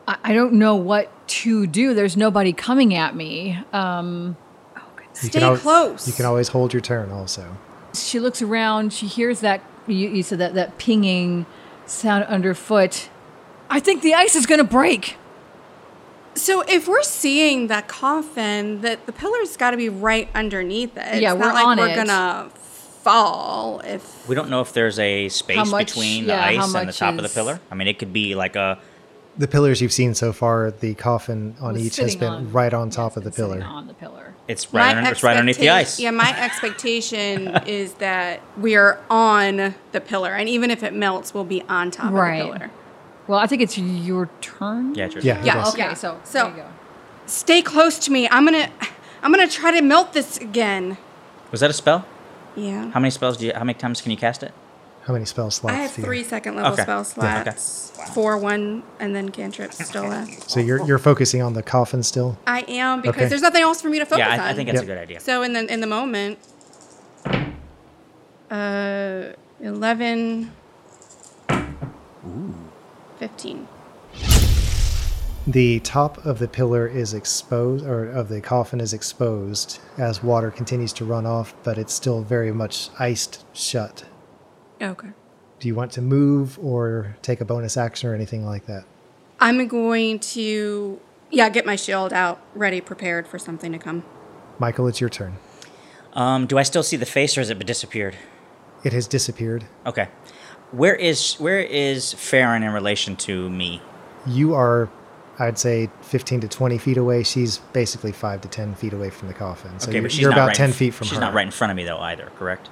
Speaker 4: I, I don't know what to do there's nobody coming at me um
Speaker 1: You
Speaker 3: Stay
Speaker 1: al-
Speaker 3: close.
Speaker 1: You can always hold your turn also.
Speaker 4: she looks around. She hears that you, you said that that pinging sound underfoot. I think the ice is going to break.
Speaker 3: So if we're seeing that coffin, that the pillar's got to be right underneath it.
Speaker 4: Yeah,
Speaker 3: it's
Speaker 4: we're
Speaker 3: not like
Speaker 4: on
Speaker 3: we're
Speaker 4: it.
Speaker 3: gonna fall if
Speaker 2: We don't know if there's a space
Speaker 4: much-
Speaker 2: between
Speaker 4: yeah,
Speaker 2: the
Speaker 4: how
Speaker 2: ice and the
Speaker 4: much
Speaker 2: top of the
Speaker 4: is-
Speaker 2: pillar. I mean, it could be like a
Speaker 1: The pillars you've seen so far, the coffin on
Speaker 4: Was
Speaker 1: each has
Speaker 4: sitting
Speaker 1: been
Speaker 4: on-
Speaker 1: right on
Speaker 4: yeah,
Speaker 1: top
Speaker 4: it's
Speaker 1: of the
Speaker 4: been sitting
Speaker 1: pillar.
Speaker 4: On the pillar.
Speaker 2: it's right under, it's right underneath the
Speaker 3: expecta-
Speaker 2: ice.
Speaker 3: Yeah, my expectation is that we are on the pillar, and even if it melts, we'll be on top
Speaker 4: Right.
Speaker 3: of the pillar.
Speaker 4: Well, I think it's your turn.
Speaker 2: yeah, sure.
Speaker 1: Yeah,
Speaker 3: Yeah,
Speaker 1: yes.
Speaker 4: Okay.
Speaker 3: Yeah.
Speaker 4: So
Speaker 3: So-
Speaker 4: there you go.
Speaker 3: Stay close to me. I'm gonna, I'm gonna try to melt this again.
Speaker 2: Was that a spell?
Speaker 3: Yeah.
Speaker 2: How many spells do you? How many times can you cast it?
Speaker 1: How many spell slots?
Speaker 3: I have
Speaker 1: do you
Speaker 3: three second level
Speaker 2: Okay.
Speaker 3: spell
Speaker 2: Yeah, okay.
Speaker 3: slots, four, one, and then cantrip still left.
Speaker 1: So you're you're focusing on the coffin still.
Speaker 3: I am because
Speaker 1: Okay.
Speaker 3: there's nothing else for me to focus
Speaker 2: yeah,
Speaker 3: on.
Speaker 2: I, I think that's
Speaker 1: Yep.
Speaker 2: a good idea.
Speaker 3: So in the in the moment, uh, 11, 15.
Speaker 1: The top of the pillar is exposed, or of the coffin is exposed as water continues to run off, but it's still very much iced shut.
Speaker 3: Okay.
Speaker 1: Do you want to move or take a bonus action or anything like that?
Speaker 3: I'm going to yeah get my shield out, ready, prepared for something to come.
Speaker 1: Michael, it's your turn.
Speaker 2: Um, do I still see the face, or has it been disappeared?
Speaker 1: It has disappeared.
Speaker 2: Okay. Where is where is Farron in relation to me?
Speaker 1: You are, I'd say, 15 to 20 feet away. She's basically 5 to 10 feet away from the coffin. So
Speaker 2: Okay,
Speaker 1: you're,
Speaker 2: but she's
Speaker 1: you're
Speaker 2: not
Speaker 1: about
Speaker 2: right in
Speaker 1: 10
Speaker 2: f-
Speaker 1: feet from
Speaker 2: she's
Speaker 1: her.
Speaker 2: not right in front of me though either. Correct.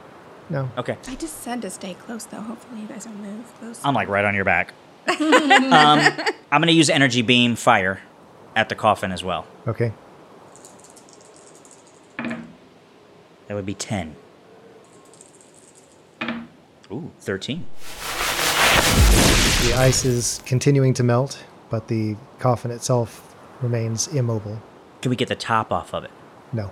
Speaker 1: No.
Speaker 2: Okay.
Speaker 3: I just said to stay close, though. Hopefully, you guys will move. Those.
Speaker 2: I'm like right on your back. um, I'm gonna use energy beam fire at the coffin as well.
Speaker 1: Okay.
Speaker 2: That would be ten. Ooh, thirteen.
Speaker 1: The ice is continuing to melt, but the coffin itself remains immobile.
Speaker 2: Can we get the top off of it?
Speaker 1: No.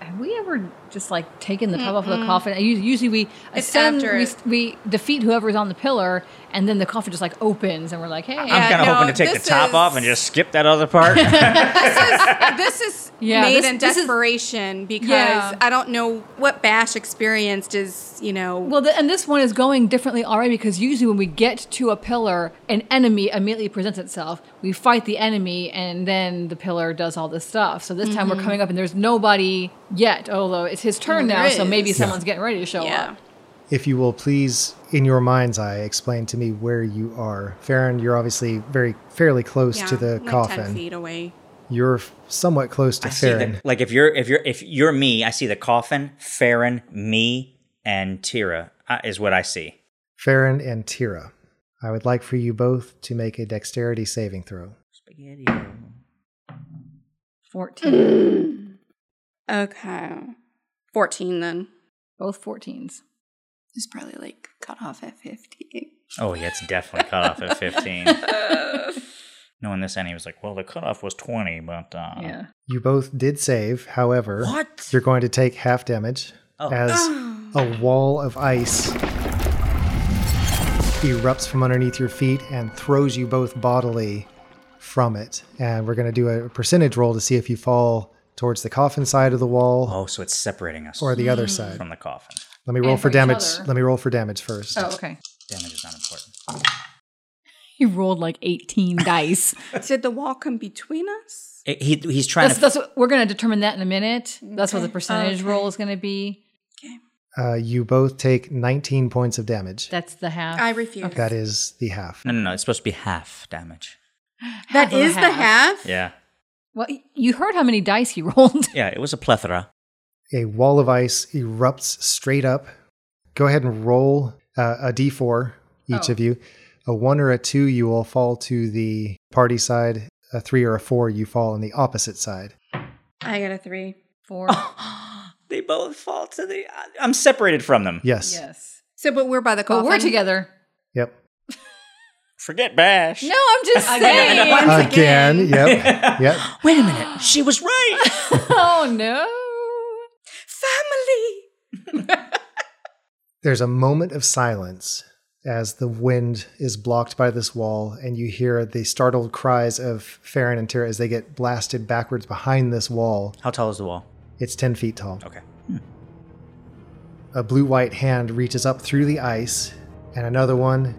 Speaker 4: Have we ever just like taken the top off of the coffin? I us- Usually we
Speaker 3: It's
Speaker 4: ascend,
Speaker 3: after
Speaker 4: we,
Speaker 3: it.
Speaker 4: we defeat whoever's on the pillar, and then the coffin just like opens, and we're like, hey,
Speaker 3: Yeah,
Speaker 2: I'm kind of
Speaker 3: no,
Speaker 2: hoping to take the
Speaker 3: this
Speaker 2: top
Speaker 3: is-
Speaker 2: off and just skip that other part.
Speaker 3: this is
Speaker 4: Yeah,
Speaker 3: made
Speaker 4: this-
Speaker 3: in
Speaker 4: this is-
Speaker 3: desperation because
Speaker 4: Yeah.
Speaker 3: I don't know what Bash experienced is, you know.
Speaker 4: Well, th and this one is going differently already because usually when we get to a pillar, an enemy immediately presents itself. We fight the enemy, and then the pillar does all this stuff. So this time we're coming up, and there's nobody yet. Although it's his turn
Speaker 3: Mm-hmm. Well,
Speaker 4: now,
Speaker 3: there
Speaker 4: so maybe
Speaker 3: is.
Speaker 4: someone's getting ready to show
Speaker 3: yeah.
Speaker 4: up.
Speaker 1: If you will please, in your mind's eye, explain to me where you are. Farron, you're obviously very fairly close
Speaker 3: yeah,
Speaker 1: to the
Speaker 3: like
Speaker 1: coffin.
Speaker 3: 10 feet away.
Speaker 1: You're f- somewhat close to
Speaker 2: I see the-
Speaker 1: Farron.
Speaker 2: like if you're if you're if you're me, I see the coffin, Farron, me, and Tira uh, is what I see.
Speaker 1: Farron and Tira. I would like for you both to make a dexterity saving throw.
Speaker 2: Spaghetti.
Speaker 4: Fourteen,
Speaker 3: Okay. 14 then.
Speaker 4: both fourteens.
Speaker 3: It's probably like cut off at 50.
Speaker 2: Oh yeah, it's definitely cut off at fifteen. Knowing this, and he was like, "Well, the cutoff was twenty, but uh,
Speaker 4: Yeah.
Speaker 1: You both did save, however,
Speaker 2: What?
Speaker 1: you're going to take half damage
Speaker 2: Oh.
Speaker 1: as a wall of ice erupts from underneath your feet and throws you both bodily from it. And we're going to do a percentage roll to see if you fall towards the coffin side of the wall
Speaker 2: Oh, so it's separating us
Speaker 1: or the other side.
Speaker 2: from the coffin.
Speaker 1: Let me roll
Speaker 4: And
Speaker 1: for
Speaker 4: for each
Speaker 1: damage.
Speaker 4: other.
Speaker 1: Let me roll for damage first.
Speaker 4: Oh, okay.
Speaker 2: Damage is not important.
Speaker 4: He rolled like eighteen dice.
Speaker 3: Did the wall come between us?
Speaker 2: It- he he's trying
Speaker 4: that's,
Speaker 2: to.
Speaker 4: that's what, we're gonna determine that in a minute. That's what
Speaker 3: Okay.
Speaker 4: the percentage
Speaker 3: Okay.
Speaker 4: roll is gonna be.
Speaker 1: Uh, you both take 19 points of damage.
Speaker 4: That's the half.
Speaker 3: I refuse.
Speaker 1: That is the half.
Speaker 2: no, no, no. It's supposed to be half damage.
Speaker 3: That
Speaker 4: Half of a
Speaker 3: is the half?
Speaker 2: Yeah,
Speaker 4: Well, you heard how many dice he rolled.
Speaker 2: yeah. It was a plethora.
Speaker 1: a wall of ice erupts straight up. Go ahead and roll uh, a d4, each
Speaker 4: Oh.
Speaker 1: of you. A one or a two, you will fall to the party side. A three or a four, you fall on the opposite side.
Speaker 3: I got a three.
Speaker 4: Four.
Speaker 2: They both fall to the. I'm separated from them.
Speaker 1: Yes.
Speaker 4: Yes.
Speaker 3: So, but we're by the coffin.
Speaker 4: But we're together.
Speaker 1: Yep.
Speaker 2: Forget Bash.
Speaker 4: No, I'm just
Speaker 3: Again.
Speaker 4: saying.
Speaker 3: Once
Speaker 1: Again. Yep. yep.
Speaker 2: Wait a minute. She was right.
Speaker 4: oh no.
Speaker 3: Family.
Speaker 1: There's a moment of silence as the wind is blocked by this wall, and you hear the startled cries of Farron and Tira as they get blasted backwards behind this wall.
Speaker 2: How tall is the wall?
Speaker 1: It's 10 feet tall.
Speaker 2: Okay.
Speaker 1: a blue white hand reaches up through the ice, and another one.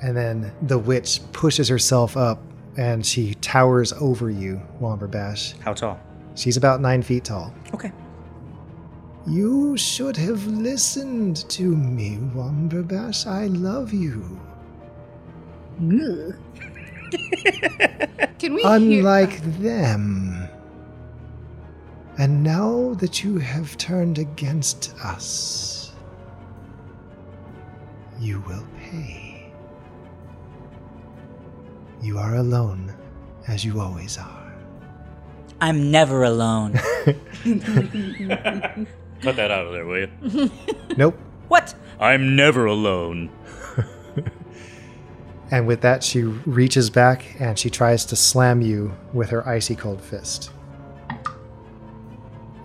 Speaker 1: And then the witch pushes herself up and she towers over you, Womberbash.
Speaker 2: How tall?
Speaker 1: She's about nine feet tall.
Speaker 2: Okay.
Speaker 1: You should have listened to me, Womberbash. I love you.
Speaker 3: Can we
Speaker 1: Unlike them. And now that you have turned against us, you will pay. You are alone, as you always are.
Speaker 2: I'm never alone. Cut that out of there, will you?
Speaker 1: Nope.
Speaker 2: What? I'm never alone.
Speaker 1: And with that, she reaches back and she tries to slam you with her icy cold fist.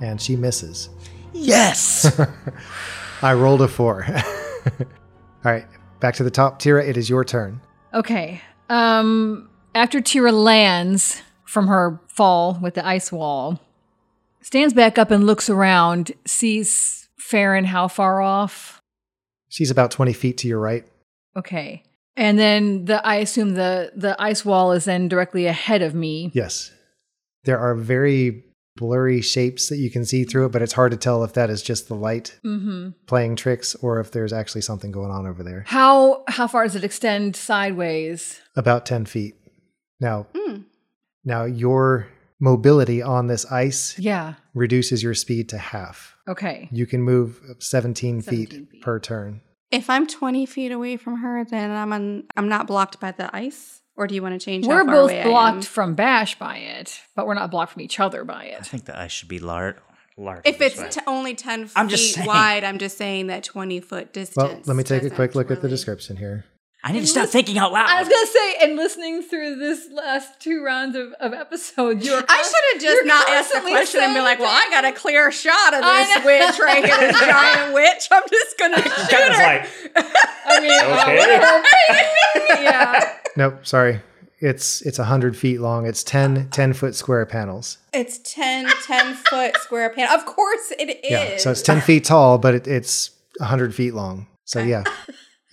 Speaker 1: And she misses.
Speaker 2: Yes.
Speaker 1: I rolled a four. All right, back to the top. Tira, it is your turn.
Speaker 4: Okay. Um. After Tira lands from her fall with the ice wall, stands back up and looks around, sees Farron how far off.
Speaker 1: She's about 20 feet to your right.
Speaker 4: Okay. And then the I assume the the ice wall is then directly ahead of me.
Speaker 1: Yes. There are very blurry shapes that you can see through it, but it's hard to tell if that is just the light
Speaker 4: Mm-hmm.
Speaker 1: playing tricks or if there's actually something going on over there.
Speaker 4: How how far does it extend sideways?
Speaker 1: About 10 feet. Now,
Speaker 3: Hmm.
Speaker 1: now your mobility on this ice
Speaker 4: Yeah.
Speaker 1: reduces your speed to half.
Speaker 4: Okay.
Speaker 1: You can move 17,
Speaker 4: 17 feet.
Speaker 1: per turn.
Speaker 3: If I'm 20 feet away from her, then I'm on, I'm not blocked by the ice. Or do you want to change? how
Speaker 4: We're
Speaker 3: far
Speaker 4: both
Speaker 3: away I am?
Speaker 4: blocked from Bash by it, but we're not blocked from each other by
Speaker 2: I
Speaker 4: it.
Speaker 2: think the ice should be large. large
Speaker 3: If it's t- only 10 feet
Speaker 2: I'm just saying.
Speaker 3: wide, I'm just saying that 20 foot distance.
Speaker 1: Well, let me take a
Speaker 3: doesn't
Speaker 1: quick look at the
Speaker 3: really-
Speaker 1: description here.
Speaker 2: I need to stop thinking out
Speaker 3: Oh.
Speaker 2: loud.
Speaker 4: I was gonna say, and listening through this last two rounds of, of episodes, you're
Speaker 3: I should have just not asked the question and be like, well, I got a clear shot of
Speaker 4: I
Speaker 3: this
Speaker 4: know.
Speaker 3: witch right here, this giant witch. I'm just going to shoot
Speaker 6: Kevin's
Speaker 3: her.
Speaker 6: like,
Speaker 4: I mean, uh,
Speaker 6: Okay.
Speaker 4: whatever.
Speaker 3: yeah.
Speaker 1: Nope, sorry. It's it's 100 feet long. It's
Speaker 4: Ah.
Speaker 1: 10 10 foot square panels.
Speaker 3: It's 10, 10 foot square panel. Of course it is.
Speaker 1: Yeah. So it's 10 feet tall, but it, it's 100 feet long. So yeah.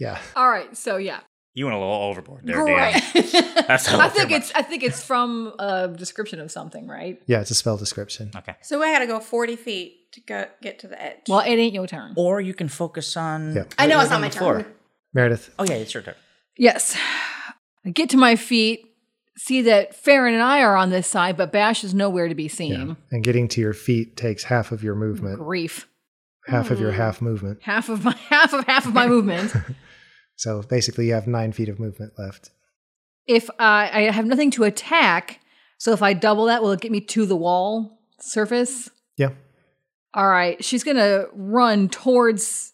Speaker 1: Yeah.
Speaker 4: All right, so yeah,
Speaker 2: you went a little overboard there,
Speaker 4: great.
Speaker 2: Dan. That's a little
Speaker 4: I think
Speaker 2: too
Speaker 4: it's I think it's from a description of something, right?
Speaker 1: Yeah, it's a spell description.
Speaker 3: So I got to go 40 feet to go get to the edge.
Speaker 4: Well, it ain't your turn.
Speaker 2: much. Or you can focus on.
Speaker 1: Yeah.
Speaker 3: I know
Speaker 2: what
Speaker 3: it's
Speaker 2: was
Speaker 3: not
Speaker 2: on
Speaker 3: my
Speaker 2: the floor.
Speaker 3: turn.
Speaker 1: Meredith.
Speaker 2: Oh yeah, it's your turn.
Speaker 4: Yes, I get to my feet, see that Farron and I are on this side, but Bash is nowhere to be seen.
Speaker 1: And getting to your feet takes half of your movement,
Speaker 4: Grief,
Speaker 1: half of your
Speaker 4: Hmm.
Speaker 1: half movement.
Speaker 4: half of my half of half of my movement.
Speaker 1: So basically, you have nine feet of movement left.
Speaker 4: if I, I have nothing to attack, so if I double that, will it get me to the wall surface?
Speaker 1: Yeah.
Speaker 4: All right, she's gonna run towards,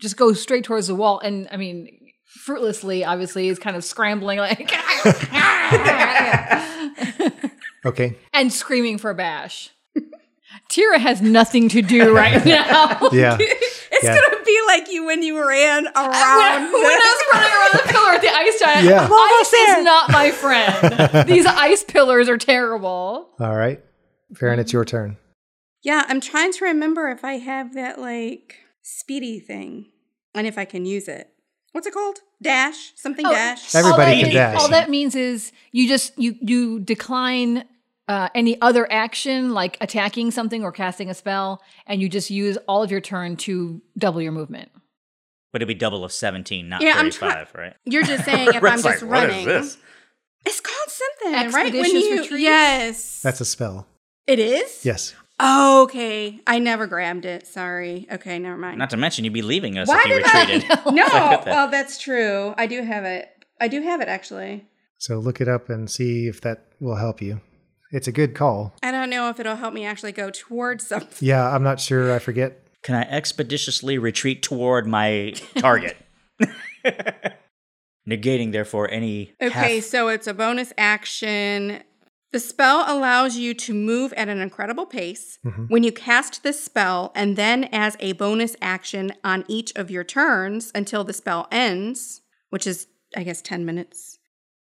Speaker 4: just go straight towards the wall, and I mean, fruitlessly, obviously, is kind of scrambling like
Speaker 1: Okay.
Speaker 4: and screaming for Bash. Tira has nothing to do right now.
Speaker 1: Yeah.
Speaker 3: It's
Speaker 1: Yeah.
Speaker 3: going to be like you when you ran around.
Speaker 4: When, when I was running around the pillar at the ice giant,
Speaker 1: Yeah. I'm
Speaker 4: ice is not my friend. These ice pillars are terrible.
Speaker 1: All right. Farron, it's your turn.
Speaker 3: Yeah, I'm trying to remember if I have that like speedy thing and if I can use it. What's it called? Dash? Something
Speaker 4: Oh,
Speaker 3: dash?
Speaker 1: Every- Everybody
Speaker 4: all that
Speaker 1: can dash.
Speaker 4: All that means is you just you you decline uh, any other action like attacking something or casting a spell, and you just use all of your turn to double your movement.
Speaker 2: But it'd be double of seventeen, not
Speaker 3: Yeah, I'm
Speaker 2: thirty-five, right?
Speaker 3: You're just saying if I'm
Speaker 6: Brett's
Speaker 3: just
Speaker 6: like, what
Speaker 3: running.
Speaker 6: is this?
Speaker 3: It's called something, right? When
Speaker 4: Expeditious
Speaker 3: you
Speaker 4: retreat?
Speaker 3: yes,
Speaker 1: That's a spell.
Speaker 3: it is.
Speaker 1: Yes.
Speaker 3: Oh, okay. I never grabbed it. Sorry. Okay, never mind.
Speaker 2: Not to mention you'd be leaving us
Speaker 3: Why
Speaker 2: if you
Speaker 3: did I
Speaker 2: retreated.
Speaker 3: no.
Speaker 2: that.
Speaker 3: well, that's true. I do have it. I do have it actually.
Speaker 1: So look it up and see if that will help you. It's a good call.
Speaker 3: I don't know if it'll help me actually go towards something.
Speaker 1: Yeah, I'm not sure. I forget.
Speaker 2: Can I expeditiously retreat toward my target? Negating, therefore, any.
Speaker 3: Okay,
Speaker 2: half-
Speaker 3: so it's a bonus action. The spell allows you to move at an incredible pace.
Speaker 1: Mm-hmm.
Speaker 3: When you cast this spell, and then as a bonus action on each of your turns until the spell ends, which is, I guess, 10 minutes,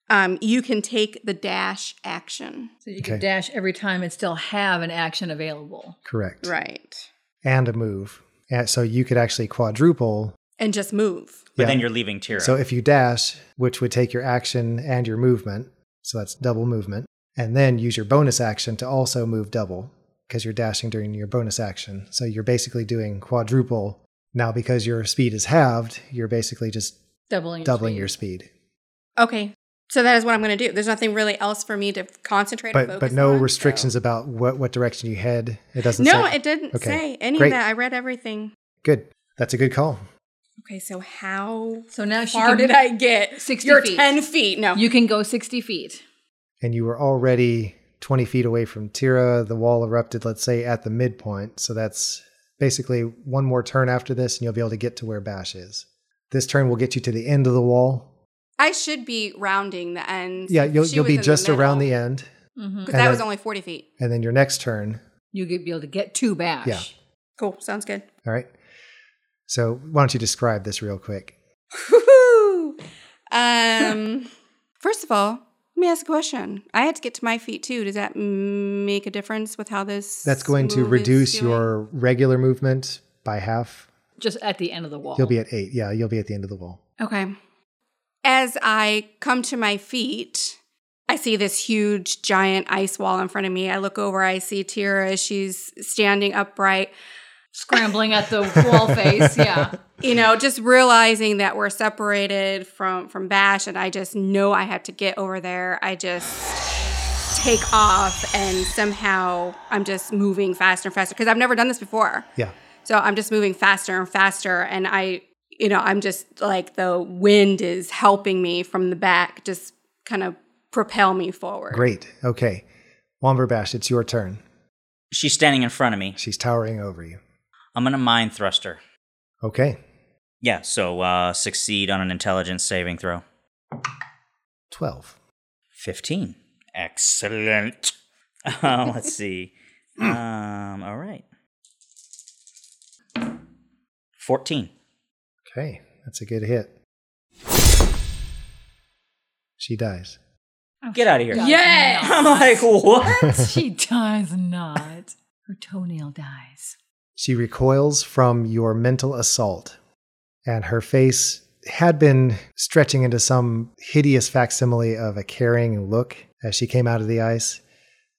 Speaker 3: um, you can take the dash action.
Speaker 4: So you
Speaker 1: can
Speaker 4: can
Speaker 1: Okay.
Speaker 4: dash every time and still have an action available.
Speaker 1: Correct.
Speaker 3: Right.
Speaker 1: And a move. And so you could actually quadruple.
Speaker 3: And just move.
Speaker 2: But
Speaker 1: Yeah.
Speaker 2: then you're leaving Tira.
Speaker 1: So if you dash, which would take your action and your movement, so that's double movement, and then use your bonus action to also move double because you're dashing during your bonus action. So you're basically doing quadruple. Now, because your speed is halved, you're basically just
Speaker 4: Doubling,
Speaker 1: doubling your speed.
Speaker 3: Okay. So that is what I'm going to do. There's nothing really else for me to concentrate
Speaker 1: But
Speaker 3: and
Speaker 1: but
Speaker 3: focus
Speaker 1: no
Speaker 3: on.
Speaker 1: restrictions about what, what direction you head. It doesn't
Speaker 3: No,
Speaker 1: say.
Speaker 3: it didn't
Speaker 1: Okay.
Speaker 3: say any
Speaker 1: Great.
Speaker 3: of that. I read everything.
Speaker 1: Good. That's a good call.
Speaker 3: Okay, so how
Speaker 4: So now she
Speaker 3: far
Speaker 4: can,
Speaker 3: did I get?
Speaker 4: 60
Speaker 3: You're
Speaker 4: feet.
Speaker 3: 10 feet. No.
Speaker 4: You can go sixty feet.
Speaker 1: and you were already 20 feet away from Tira. The wall erupted, let's say, at the midpoint. So that's basically one more turn after this, and you'll be able to get to where Bash is. This turn will get you to the end of the wall.
Speaker 3: I should be rounding the ends.
Speaker 1: Yeah, you'll, you'll be just around the end.
Speaker 3: Because
Speaker 1: and
Speaker 3: that
Speaker 1: then-
Speaker 3: was only 40 feet.
Speaker 1: And then your next turn.
Speaker 4: Mm-hmm. You could be able to get to bash.
Speaker 1: Yeah.
Speaker 3: Cool. Sounds good.
Speaker 1: All right. So why don't you describe this real quick?
Speaker 3: Woo-hoo! um, first of all, let me ask a question. I had to get to my feet too. Does that m- make a difference with how this?
Speaker 1: That's going to
Speaker 3: move is
Speaker 1: reduce
Speaker 3: doing?
Speaker 1: your regular movement by half.
Speaker 4: Just at the end of the wall.
Speaker 1: You'll be at eight. Yeah, you'll be at the end of the wall.
Speaker 3: Okay. As I come to my feet, I see this huge, giant ice wall in front of me. I look over, I see Tira. She's standing upright.
Speaker 4: scrambling at the wall face. Yeah.
Speaker 3: you know just realizing that we're separated from from bash and i just know i have to get over there i just take off and somehow i'm just moving faster and faster because i've never done this before
Speaker 1: Yeah.
Speaker 3: so i'm just moving faster and faster and i you know i'm just like the wind is helping me from the back just kind of propel me forward
Speaker 1: Great. Okay. Womber Bash, it's your turn.
Speaker 2: She's standing in front of me.
Speaker 1: She's towering over you.
Speaker 2: I'm going to mind thruster.
Speaker 1: Okay.
Speaker 2: Yeah, so uh, succeed on an intelligence saving throw.
Speaker 1: 12.
Speaker 2: 15. Excellent. Uh, let's see. Um, all right. 14.
Speaker 1: Okay, that's a good hit. She dies.
Speaker 2: Get out of here.
Speaker 4: Does
Speaker 3: Yes!
Speaker 4: not.
Speaker 2: I'm like, what?
Speaker 4: she does not. Her toenail dies.
Speaker 1: She recoils from your mental assault, and her face had been stretching into some hideous facsimile of a caring look as she came out of the ice,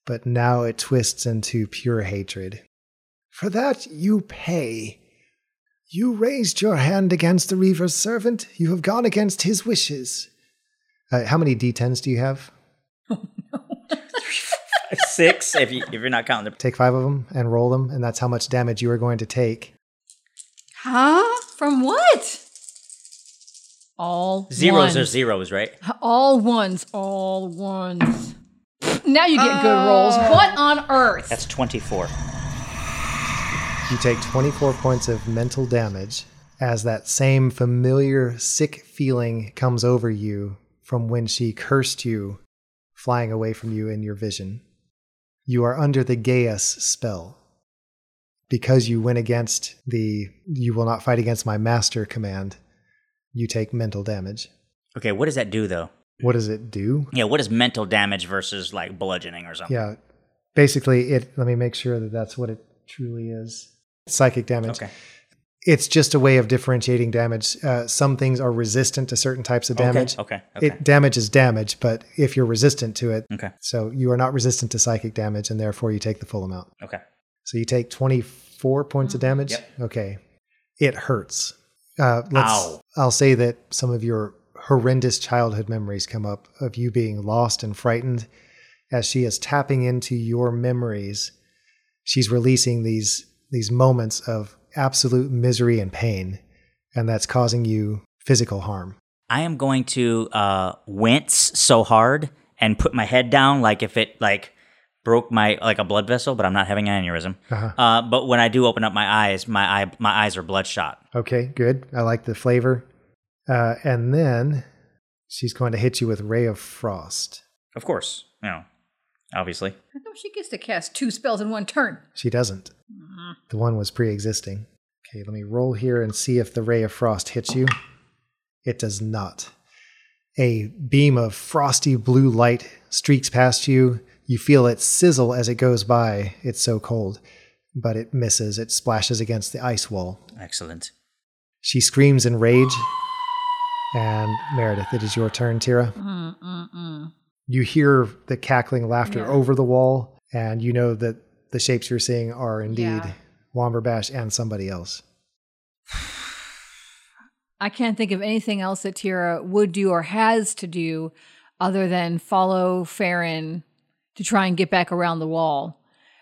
Speaker 1: but now it twists into pure hatred. For that you pay. You raised your hand against the Reaver's servant. You have gone against his wishes. Uh, how many D10s do you have?
Speaker 2: Six, if, you, if you're not counting the.
Speaker 1: Take five of them and roll them, and that's how much damage you are going to take.
Speaker 3: Huh?
Speaker 4: From what? All
Speaker 2: Zeros
Speaker 4: ones.
Speaker 2: are zeros, right?
Speaker 4: All ones. All ones. Now you get good rolls. What on earth?
Speaker 2: That's 24.
Speaker 1: You take 24 points of mental damage as that same familiar sick feeling comes over you from when she cursed you, flying away from you in your vision. You are under the Gaius spell. Because you went against the you will not fight against my master command, you take mental damage.
Speaker 2: Okay, what does that do, though?
Speaker 1: What does it do?
Speaker 2: Yeah, what is mental damage versus like bludgeoning or something?
Speaker 1: Yeah. Basically, it let me make sure that that's what it truly is. Psychic damage.
Speaker 2: Okay.
Speaker 1: it's just a way of differentiating damage. Uh, some things are resistant to certain types of damage.
Speaker 2: Okay. Oh, Okay. Mm.
Speaker 1: It, damage is damage, but if you're resistant to it,
Speaker 2: okay.
Speaker 1: so you are not resistant to psychic damage, and therefore you take the full amount.
Speaker 2: Okay.
Speaker 1: So you take 24 points of damage.
Speaker 2: Mm-hmm. Yep.
Speaker 1: Okay, it hurts. Uh, let's,
Speaker 2: Ow.
Speaker 1: I'll say that some of your horrendous childhood memories come up of you being lost and frightened as she is tapping into your memories. She's releasing these these moments of absolute misery and pain, and that's causing you physical harm.
Speaker 2: I am going to uh, wince so hard and put my head down, like if it like broke my like a blood vessel, but I'm not having an aneurysm.
Speaker 1: Uh-huh.
Speaker 2: Uh, but when I do open up my eyes, my eye my eyes are bloodshot.
Speaker 1: Okay, good. I like the flavor. Uh, and then she's going to hit you with ray of frost.
Speaker 2: Of course, you know, obviously.
Speaker 4: I thought she gets to cast two spells in one turn.
Speaker 1: She doesn't. The one was pre existing. Okay, let me roll here and see if the ray of frost hits you. It does not. A beam of frosty blue light streaks past you. You feel it sizzle as it goes by. It's so cold. But it misses. It splashes against the ice wall.
Speaker 2: Excellent.
Speaker 1: She screams in rage. And Meredith, it is your turn, Tira. You hear the cackling laughter over the wall, and you know that the shapes you're seeing are indeed
Speaker 3: Yeah.
Speaker 1: Womberbash and somebody else.
Speaker 4: I can't think of anything else that Tira would do or has to do other than follow Farron to try and get back around the wall.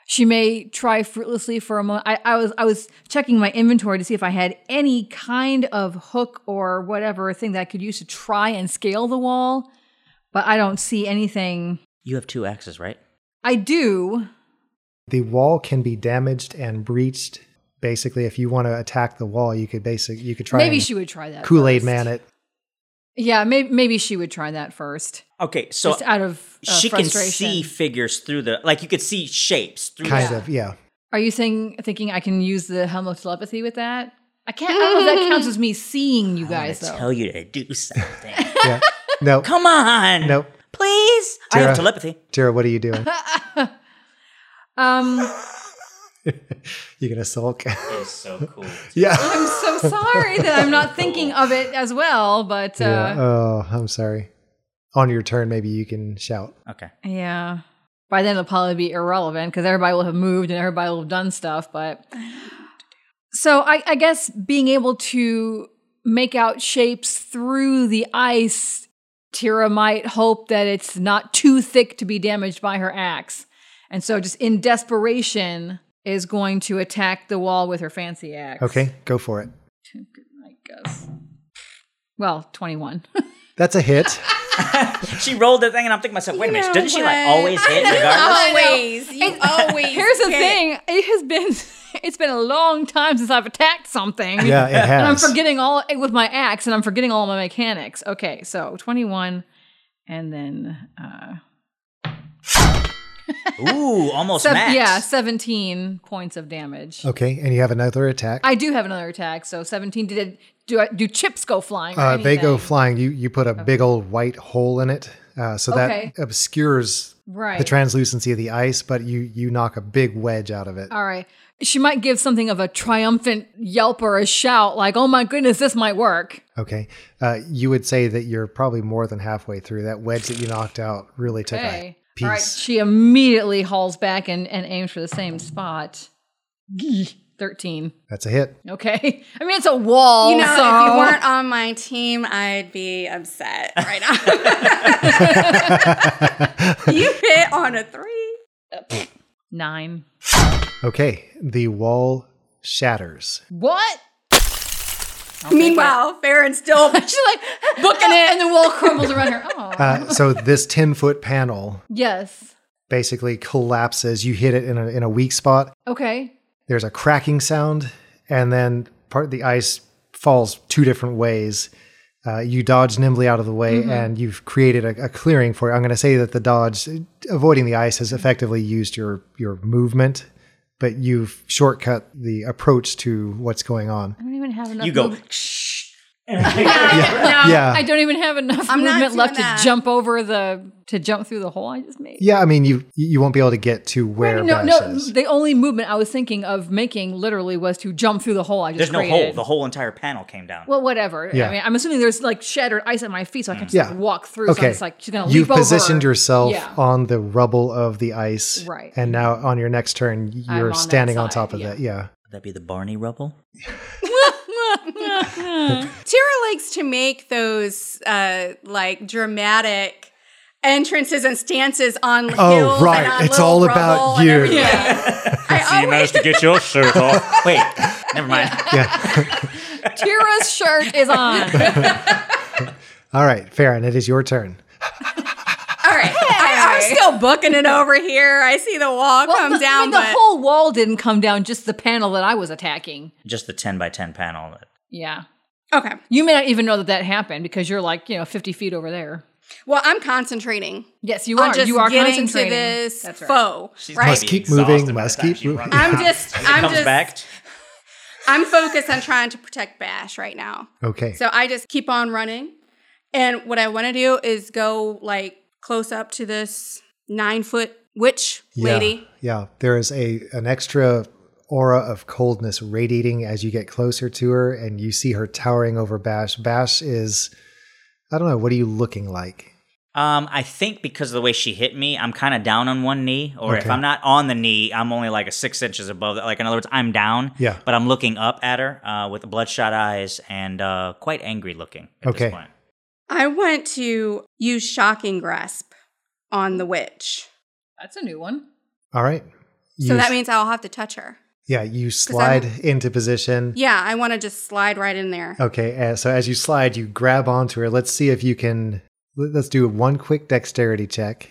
Speaker 4: She may try fruitlessly for a moment. I, I was I was checking my inventory to see if I had any kind of hook or whatever thing that I could use to try and scale the wall, but I don't see anything.
Speaker 2: You have two axes, right?
Speaker 4: I do.
Speaker 1: The wall can be damaged and breached. Basically, if you want to attack the wall, you could basic you could try
Speaker 4: Maybe
Speaker 1: and
Speaker 4: she would try that.
Speaker 1: Kool-Aid
Speaker 4: first.
Speaker 1: man it.
Speaker 4: Yeah, maybe maybe she would try that first.
Speaker 2: Okay, so
Speaker 4: just out of uh,
Speaker 2: she can
Speaker 4: frustration.
Speaker 2: see figures through the like you could see shapes through.
Speaker 1: Kind
Speaker 2: the-
Speaker 1: of, yeah.
Speaker 4: Are you saying thinking I can use the helm of telepathy with that? I can't. I don't know if that counts as me seeing you
Speaker 2: I
Speaker 4: guys though.
Speaker 2: tell you to do something.
Speaker 1: yeah. No.
Speaker 2: Come on.
Speaker 1: Nope.
Speaker 2: Please. I
Speaker 1: Tara.
Speaker 2: have telepathy.
Speaker 1: Tira, what are you doing?
Speaker 4: um,
Speaker 1: you gonna sulk?
Speaker 2: It's so cool.
Speaker 1: yeah.
Speaker 4: I'm so sorry that I'm not thinking of it as well, but
Speaker 1: yeah.
Speaker 4: uh,
Speaker 1: Oh, I'm sorry. On your turn, maybe you can shout.
Speaker 2: Okay.
Speaker 4: yeah. By then it'll probably be irrelevant because everybody will have moved and everybody will have done stuff. But so I, I guess being able to make out shapes through the ice, Tira might hope that it's not too thick to be damaged by her axe. And so, just in desperation, is going to attack the wall with her fancy axe.
Speaker 1: Okay, go for it.
Speaker 4: I guess. Well, 21.
Speaker 1: That's a hit.
Speaker 2: she rolled the thing, and I'm thinking to myself, wait a minute,
Speaker 3: know
Speaker 2: doesn't she like
Speaker 3: what?
Speaker 2: always hit? Regardless?
Speaker 3: always. You always.
Speaker 4: Here's the
Speaker 3: hit.
Speaker 4: thing. It has been it's been a long time since I've attacked something.
Speaker 1: Yeah, it has.
Speaker 4: And I'm forgetting all eh, with my axe and I'm forgetting all my mechanics. Okay, so 21 and then uh
Speaker 2: Ooh, almost
Speaker 4: sev-
Speaker 2: max.
Speaker 4: yeah, 17 points of damage.
Speaker 1: Okay, and you have another attack.
Speaker 4: I do have another attack, so 17 did it, do I, do chips go flying? or
Speaker 1: uh, they go
Speaker 4: anything?
Speaker 1: flying. You you put a big old white hole in it, uh, so
Speaker 4: Okay.
Speaker 1: that obscures
Speaker 4: Right.
Speaker 1: the translucency of the ice, but you you knock a big wedge out of it.
Speaker 4: all right. She might give something of a triumphant yelp or a shout like, "Oh my goodness, this might work."
Speaker 1: Okay, uh, you would say that you're probably more than halfway through that wedge that you knocked out. Really took
Speaker 4: Okay.
Speaker 1: a piece.
Speaker 4: All right. She immediately hauls back and, and aims for the same spot. Gee, 13.
Speaker 1: That's a hit.
Speaker 4: Okay. I mean, it's a wall.
Speaker 3: You know,
Speaker 4: so-
Speaker 3: if you weren't on my team, I'd be upset right now. you hit on a three.
Speaker 4: Nine.
Speaker 1: Okay, the wall shatters.
Speaker 4: What?
Speaker 3: Meanwhile, Farron's still
Speaker 4: She's like, booking it. And the wall crumbles around her. Oh.
Speaker 1: Uh, so this ten foot panel
Speaker 4: yes.
Speaker 1: basically collapses. You hit it in a in a weak spot.
Speaker 4: Okay.
Speaker 1: There's a cracking sound, and then part of the ice falls two different ways. Uh, you dodge nimbly out of the way,
Speaker 4: Mm-hmm.
Speaker 1: and you've created a, a clearing for it. I'm going to say that the dodge, avoiding the ice,
Speaker 4: Mm-hmm.
Speaker 1: has effectively used your your movement, but you've shortcut the approach to what's going on.
Speaker 4: I don't even have enough.
Speaker 2: You go.
Speaker 4: move-
Speaker 1: yeah,
Speaker 4: I don't even have enough
Speaker 3: I'm not
Speaker 4: movement
Speaker 3: doing
Speaker 4: left
Speaker 3: that.
Speaker 4: to jump over the to jump through the hole I just made.
Speaker 1: yeah. I mean, you you won't be able to get to where
Speaker 4: No,
Speaker 1: Bash
Speaker 4: no.
Speaker 1: is.
Speaker 4: The only movement I was thinking of making literally was to jump through the hole I just
Speaker 2: There's no
Speaker 4: created.
Speaker 2: hole. The whole entire panel came down.
Speaker 4: Well, whatever.
Speaker 1: Yeah.
Speaker 4: I mean, I'm assuming there's like shattered ice at my feet, so I can just
Speaker 1: Yeah.
Speaker 4: like, walk through. So I'm just like, she's gonna
Speaker 1: You've
Speaker 4: leap over.
Speaker 1: positioned yourself
Speaker 4: Yeah.
Speaker 1: on the rubble of the ice,
Speaker 4: Right.
Speaker 1: And now on your next turn,
Speaker 4: I'm
Speaker 1: you're
Speaker 4: on that
Speaker 1: standing on
Speaker 4: side,
Speaker 1: top of
Speaker 4: yeah.
Speaker 1: that. Yeah.
Speaker 2: Would that be the Barney rubble?
Speaker 3: Tara likes to make those uh, like dramatic entrances and stances on
Speaker 1: Oh,
Speaker 3: hills
Speaker 1: right.
Speaker 3: and on
Speaker 1: It's
Speaker 3: little
Speaker 1: all about
Speaker 3: rubble and
Speaker 1: you.
Speaker 3: everything. I
Speaker 2: You
Speaker 3: always
Speaker 2: managed to get your shirt off. Wait, never mind.
Speaker 4: Tira's shirt is on.
Speaker 1: All right, Farron, it is your turn.
Speaker 3: all right. I, am still booking it over here. I see the wall
Speaker 4: Well,
Speaker 3: come
Speaker 4: the, I
Speaker 3: down,
Speaker 4: mean,
Speaker 3: but
Speaker 4: the whole wall didn't come down, just the panel that I was attacking.
Speaker 2: Just the 10 by 10 panel.
Speaker 4: Yeah.
Speaker 3: okay.
Speaker 4: You may not even know that that happened because you're like, you know, 50 feet over there.
Speaker 3: Well, I'm concentrating.
Speaker 4: Yes, you
Speaker 3: on
Speaker 4: are.
Speaker 3: just
Speaker 4: You are
Speaker 3: getting to
Speaker 4: concentrating.
Speaker 3: this
Speaker 4: That's right.
Speaker 3: foe, right?
Speaker 1: must keep moving, must keep moving.
Speaker 3: I'm just, I'm
Speaker 2: comes
Speaker 3: just,
Speaker 2: back.
Speaker 3: I'm focused on trying to protect Bash right now.
Speaker 1: Okay.
Speaker 3: So I just keep on running. And what I want to do is go like close up to this nine foot witch
Speaker 1: yeah,
Speaker 3: lady.
Speaker 1: Yeah. There is a an extra aura of coldness radiating as you get closer to her and you see her towering over Bash. Bash is I don't know, what are you looking like?
Speaker 2: Um, I think because of the way she hit me, I'm kind of down on one knee. Or if
Speaker 1: Okay.
Speaker 2: I'm not on the knee, I'm only like a six inches above that. Like in other words, I'm down.
Speaker 1: Yeah.
Speaker 2: But I'm looking up at her uh, with bloodshot eyes and uh, quite angry looking. At
Speaker 1: Okay.
Speaker 2: This point.
Speaker 3: I want to use shocking grasp on the witch.
Speaker 4: That's a new one.
Speaker 1: All right.
Speaker 3: So
Speaker 1: You-
Speaker 3: that means I'll have to touch her.
Speaker 1: Yeah, you slide into position.
Speaker 3: Yeah, I want to just slide right in there.
Speaker 1: Okay, uh, so as you slide, you grab onto her. Let's see if you can. let- Let's do one quick dexterity check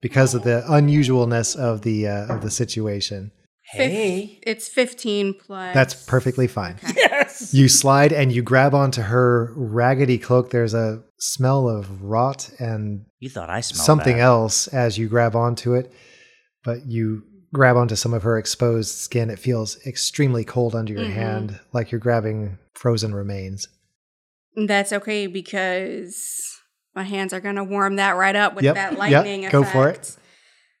Speaker 1: because of the unusualness of the uh, of the situation.
Speaker 3: Fif- it's 15 plus.
Speaker 1: That's perfectly fine. Yes. You slide and you grab onto her raggedy cloak. There's a smell of rot and
Speaker 2: You thought I smelled
Speaker 1: something
Speaker 2: bad.
Speaker 1: else as you grab onto it, but you grab onto some of her exposed skin. It feels extremely cold under your hand, like you're grabbing frozen remains.
Speaker 3: That's okay because my hands are going to warm that right up with
Speaker 1: Yep,
Speaker 3: that
Speaker 1: yep,
Speaker 3: lightning
Speaker 1: go for it.
Speaker 3: effect.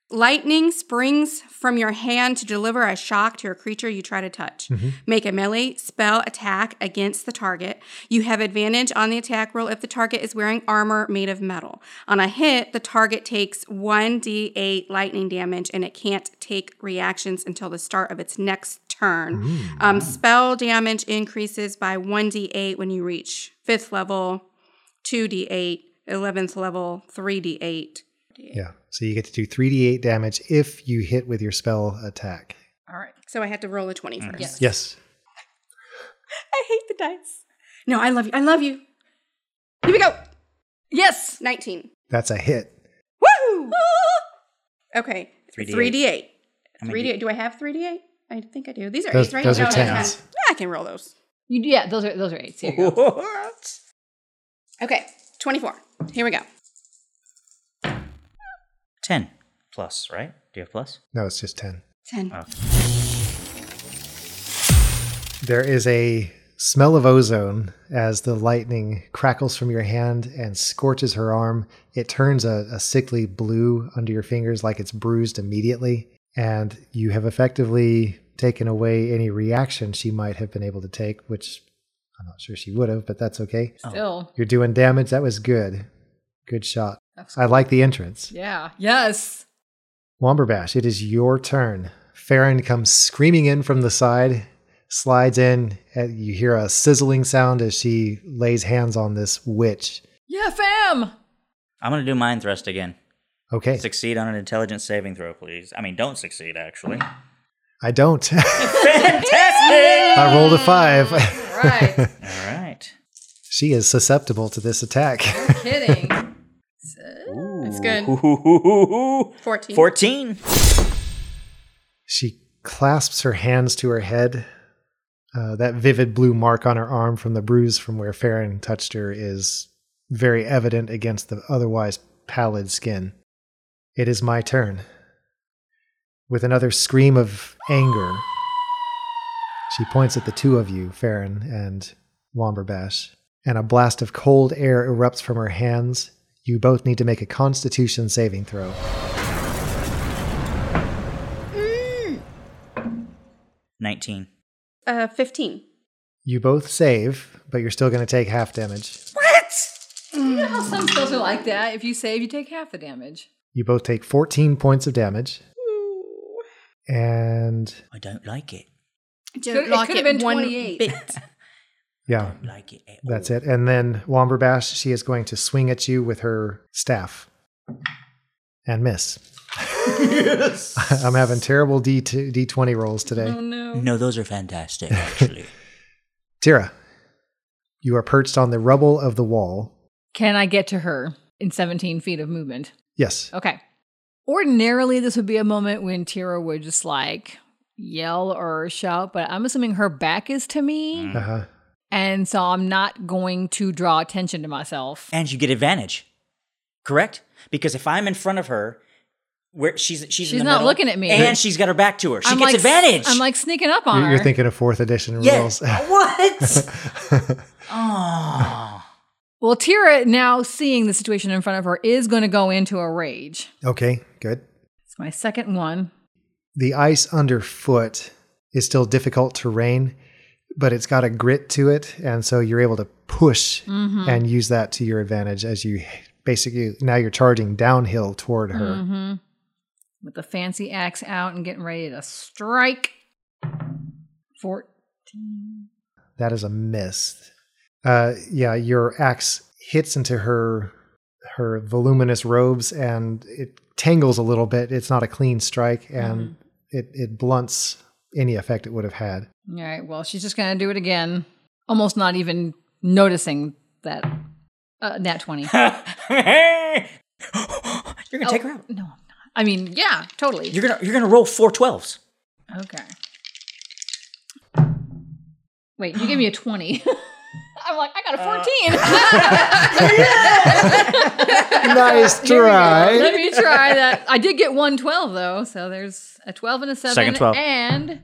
Speaker 3: Lightning springs from your hand to deliver a shock to a creature you try to touch.
Speaker 1: Mm-hmm.
Speaker 3: Make a melee spell attack against the target. You have advantage on the attack roll if the target is wearing armor made of metal. On a hit, the target takes 1d8 lightning damage and it can't take reactions until the start of its next turn. Um, spell damage increases by 1d8 when you reach fifth level, 2d8, 11th level, 3d8.
Speaker 1: Yeah. So you get to do 3d8 damage if you hit with your spell attack.
Speaker 4: All right.
Speaker 3: So I had to roll a 20 first.
Speaker 4: Yes.
Speaker 1: Yes.
Speaker 3: I hate the dice. No, I love you. I love you. Here we go.
Speaker 4: Yes.
Speaker 3: 19.
Speaker 1: That's a hit.
Speaker 3: Woohoo! okay.
Speaker 2: 3D8.
Speaker 3: 3d8.
Speaker 2: I mean,
Speaker 3: 3d8. Do I have 3d8? I think I do. These are
Speaker 1: Those-
Speaker 3: eights, right?
Speaker 1: those are
Speaker 3: No, they're
Speaker 1: tens.
Speaker 3: ten. Yeah, I can roll those.
Speaker 4: You, yeah, those are those are eights. Here you go.
Speaker 2: What?
Speaker 3: Okay. 24. Here we go.
Speaker 2: 10 plus, right? Do you have plus?
Speaker 1: No, it's just 10.
Speaker 3: 10.
Speaker 2: Oh.
Speaker 1: There is a smell of ozone as the lightning crackles from your hand and scorches her arm. It turns a, a sickly blue under your fingers like it's bruised immediately, and you have effectively taken away any reaction she might have been able to take, which I'm not sure she would have, but that's okay.
Speaker 2: Oh.
Speaker 4: Still.
Speaker 1: You're doing damage. That was good. Good shot.
Speaker 4: That's
Speaker 1: I like the entrance.
Speaker 4: Yeah. Yes.
Speaker 1: Womberbash, it is your turn. Farron comes screaming in from the side, slides in, and you hear a sizzling sound as she lays hands on this witch.
Speaker 4: Yeah, fam.
Speaker 2: I'm going to do mind thrust again.
Speaker 1: Okay.
Speaker 2: Succeed on an intelligence saving throw, please. I mean, don't succeed, actually.
Speaker 1: I don't.
Speaker 2: Fantastic!
Speaker 1: I rolled a five.
Speaker 4: Right.
Speaker 2: All right.
Speaker 1: she is susceptible to this attack.
Speaker 4: Kidding.
Speaker 2: Ooh.
Speaker 3: That's good. 14.
Speaker 2: 14.
Speaker 1: she clasps her hands to her head. Uh, that vivid blue mark on her arm from the bruise from where Farron touched her is very evident against the otherwise pallid skin. It is my turn. With another scream of anger, she points at the two of you, Farron and Womberbash, and a blast of cold air erupts from her hands. You both need to make a constitution saving throw.
Speaker 3: Mm.
Speaker 2: 19.
Speaker 3: Uh, 15.
Speaker 1: You both save, but you're still going to take half damage.
Speaker 4: You know how some spells are like that. If you save, you take half the damage.
Speaker 1: You both take 14 points of damage. And
Speaker 2: I don't like it.
Speaker 4: Could- it could have been 28.
Speaker 3: bit.
Speaker 1: yeah,
Speaker 2: Like it. at
Speaker 1: that's
Speaker 2: all.
Speaker 1: it. And then Womberbash, she is going to swing at you with her staff and miss. I'm having terrible D2, D20 rolls today.
Speaker 4: Oh, no.
Speaker 2: No, those are fantastic, actually.
Speaker 1: Tira, you are perched on the rubble of the wall.
Speaker 4: Can I get to her in 17 feet of movement?
Speaker 1: Yes.
Speaker 4: Okay. Ordinarily, this would be a moment when Tira would just like yell or shout, but I'm assuming her back is to me.
Speaker 2: Mm.
Speaker 1: Uh huh.
Speaker 4: And so I'm not going to draw attention to myself.
Speaker 2: and you get advantage, correct? Because if I'm in front of her, where she's she's, in
Speaker 4: She's
Speaker 2: the
Speaker 4: not
Speaker 2: middle,
Speaker 4: looking at me.
Speaker 2: and she's got her back to her. She
Speaker 4: I'm
Speaker 2: gets
Speaker 4: like,
Speaker 2: advantage.
Speaker 4: I'm like sneaking up on
Speaker 1: You're,
Speaker 4: her.
Speaker 1: you're thinking of fourth edition
Speaker 2: yeah.
Speaker 1: rules.
Speaker 2: what? oh,
Speaker 4: well, Tira, now seeing the situation in front of her, is going to go into a rage.
Speaker 1: okay, good.
Speaker 4: It's my second one.
Speaker 1: the ice underfoot is still difficult terrain, but it's got a grit to it, and so you're able to push
Speaker 4: Mm. Mm-hmm.
Speaker 1: and use that to your advantage as you basically now you're charging downhill toward her.
Speaker 4: hmm With the fancy axe out and getting ready to strike. 14.
Speaker 1: That is a miss. Uh, yeah, your axe hits into her her voluminous robes and it tangles a little bit. It's not a clean strike, and
Speaker 4: Mm-hmm.
Speaker 1: it it blunts any effect it would have had.
Speaker 4: All right. Well, she's just going to do it again. Almost not even noticing that. Uh, nat 20. You're
Speaker 2: you're gonna take
Speaker 3: Oh.
Speaker 2: her out.
Speaker 4: Oh, No, I'm not. I mean, yeah, totally.
Speaker 2: You're gonna you're gonna roll four twelves.
Speaker 4: Okay. Wait, you gave me a 20. I'm like, I got a 14.
Speaker 2: Uh,
Speaker 1: nice
Speaker 4: Here we go.
Speaker 1: try.
Speaker 4: Let me try that. I did get one 12, though. So there's a 12 and a 7.
Speaker 2: Second 12.
Speaker 4: And.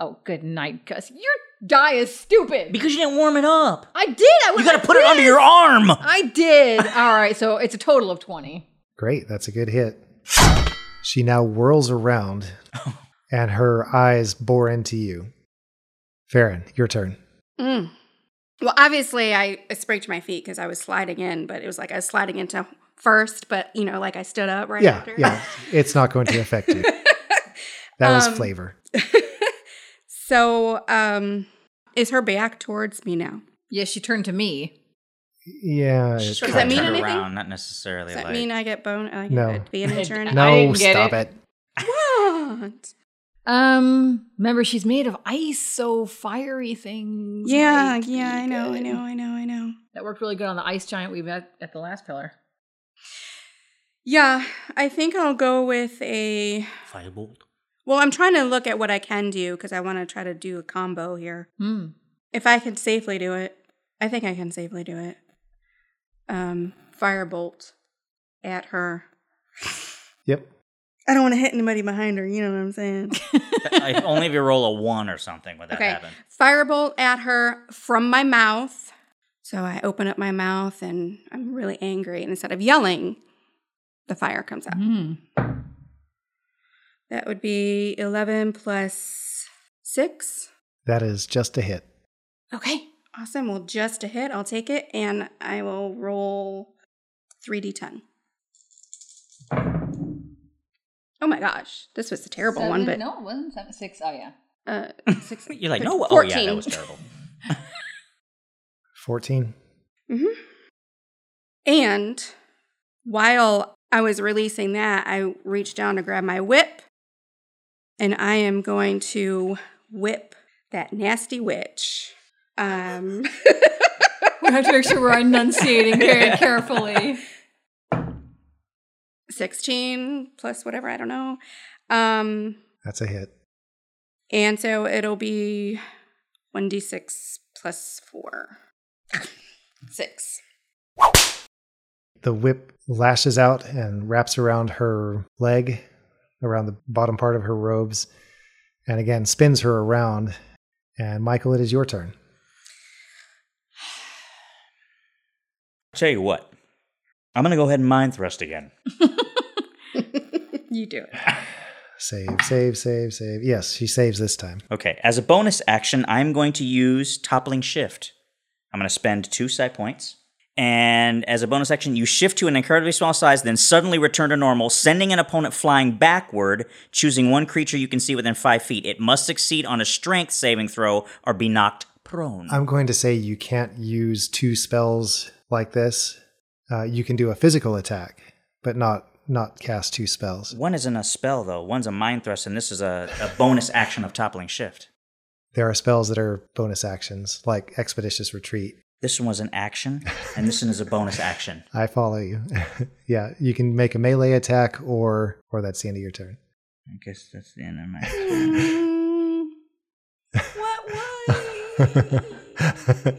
Speaker 4: Oh, good night, Gus. Your die is stupid.
Speaker 2: Because you didn't warm it up.
Speaker 4: I did. I
Speaker 2: You
Speaker 4: was
Speaker 2: gotta
Speaker 4: like
Speaker 2: put it under
Speaker 4: this.
Speaker 2: your arm.
Speaker 4: I did. All right. So it's a total of 20.
Speaker 1: Great, that's a good hit. She now whirls around and her eyes bore into you. Farron, your turn.
Speaker 3: Mm. Well, obviously, I, I sprang to my feet because I was sliding in, but it was like I was sliding into first, but you know, like I stood up right
Speaker 1: yeah,
Speaker 3: after.
Speaker 1: yeah. It's not going to affect you. That was
Speaker 3: Um,
Speaker 1: flavor.
Speaker 3: So, um, is her back towards me now?
Speaker 4: Yeah, she turned to me.
Speaker 1: Yeah. it-
Speaker 2: Just
Speaker 3: Does
Speaker 2: kinda
Speaker 3: that mean
Speaker 2: turn
Speaker 3: anything?
Speaker 2: Around, not necessarily.
Speaker 3: Does that
Speaker 2: like,
Speaker 3: mean I get bone? I get
Speaker 1: No.
Speaker 3: advantage or anything?
Speaker 1: no,
Speaker 4: I didn't get
Speaker 1: stop
Speaker 4: it.
Speaker 1: it.
Speaker 3: What?
Speaker 4: Um, remember she's made of ice, so fiery things.
Speaker 3: Yeah,
Speaker 4: might be
Speaker 3: yeah, I know, I
Speaker 4: good.
Speaker 3: know, I know, I know.
Speaker 4: That worked really good on the ice giant we met at the last pillar.
Speaker 3: Yeah, I think I'll go with a.
Speaker 2: Firebolt.
Speaker 3: Well, I'm trying to look at what I can do because I want to try to do a combo here.
Speaker 4: Hmm.
Speaker 3: If I can safely do it, I think I can safely do it. Um, firebolt at her.
Speaker 1: Yep.
Speaker 3: I don't want to hit anybody behind her. You know what I'm saying?
Speaker 2: if only if you roll a one or something would that
Speaker 3: okay.
Speaker 2: happen.
Speaker 3: Firebolt at her from my mouth. So I open up my mouth and I'm really angry. And instead of yelling, the fire comes out.
Speaker 4: Hmm.
Speaker 3: That would be 11 plus 6.
Speaker 1: That is just a hit.
Speaker 3: Okay. Awesome. Well, just a hit. I'll take it. And I will roll 3d10. Oh my gosh. This was a terrible one, but.
Speaker 4: no, it wasn't seven, six. Oh yeah.
Speaker 3: Uh, six,
Speaker 2: You're like, no, oh yeah, that
Speaker 3: 14.
Speaker 2: was terrible.
Speaker 1: 14.
Speaker 3: hmm And while I was releasing that, I reached down to grab my whip, and I am going to whip that nasty witch. Um,
Speaker 4: We have to make sure we're enunciating very carefully.
Speaker 3: 16 plus whatever, I don't know. Um,
Speaker 1: That's a hit.
Speaker 3: and so it'll be 1d6 plus 4. 6.
Speaker 1: The whip lashes out and wraps around her leg, around the bottom part of her robes, and again spins her around. And Michael, it is your turn.
Speaker 2: Tell you what, I'm gonna go ahead and mind thrust again.
Speaker 3: You do it.
Speaker 1: Save, save, save, save. Yes, she saves this time.
Speaker 2: Okay, as a bonus action, I'm going to use Toppling Shift. I'm going to spend two psi points. And as a bonus action, you shift to an incredibly small size, then suddenly return to normal, sending an opponent flying backward, choosing one creature you can see within five feet. It must succeed on a strength saving throw or be knocked prone.
Speaker 1: I'm going to say you can't use two spells like this. Uh, you can do a physical attack, but not not cast two spells.
Speaker 2: One isn't a spell, though. One's a mind thrust, and this is a, a bonus action of Toppling Shift.
Speaker 1: There are spells that are bonus actions, like expeditious retreat.
Speaker 2: This one was an action, and this one is a bonus action.
Speaker 1: I follow you. yeah, you can make a melee attack, or or that's the end of your turn.
Speaker 2: I guess that's the end of my.
Speaker 3: Mm, what was?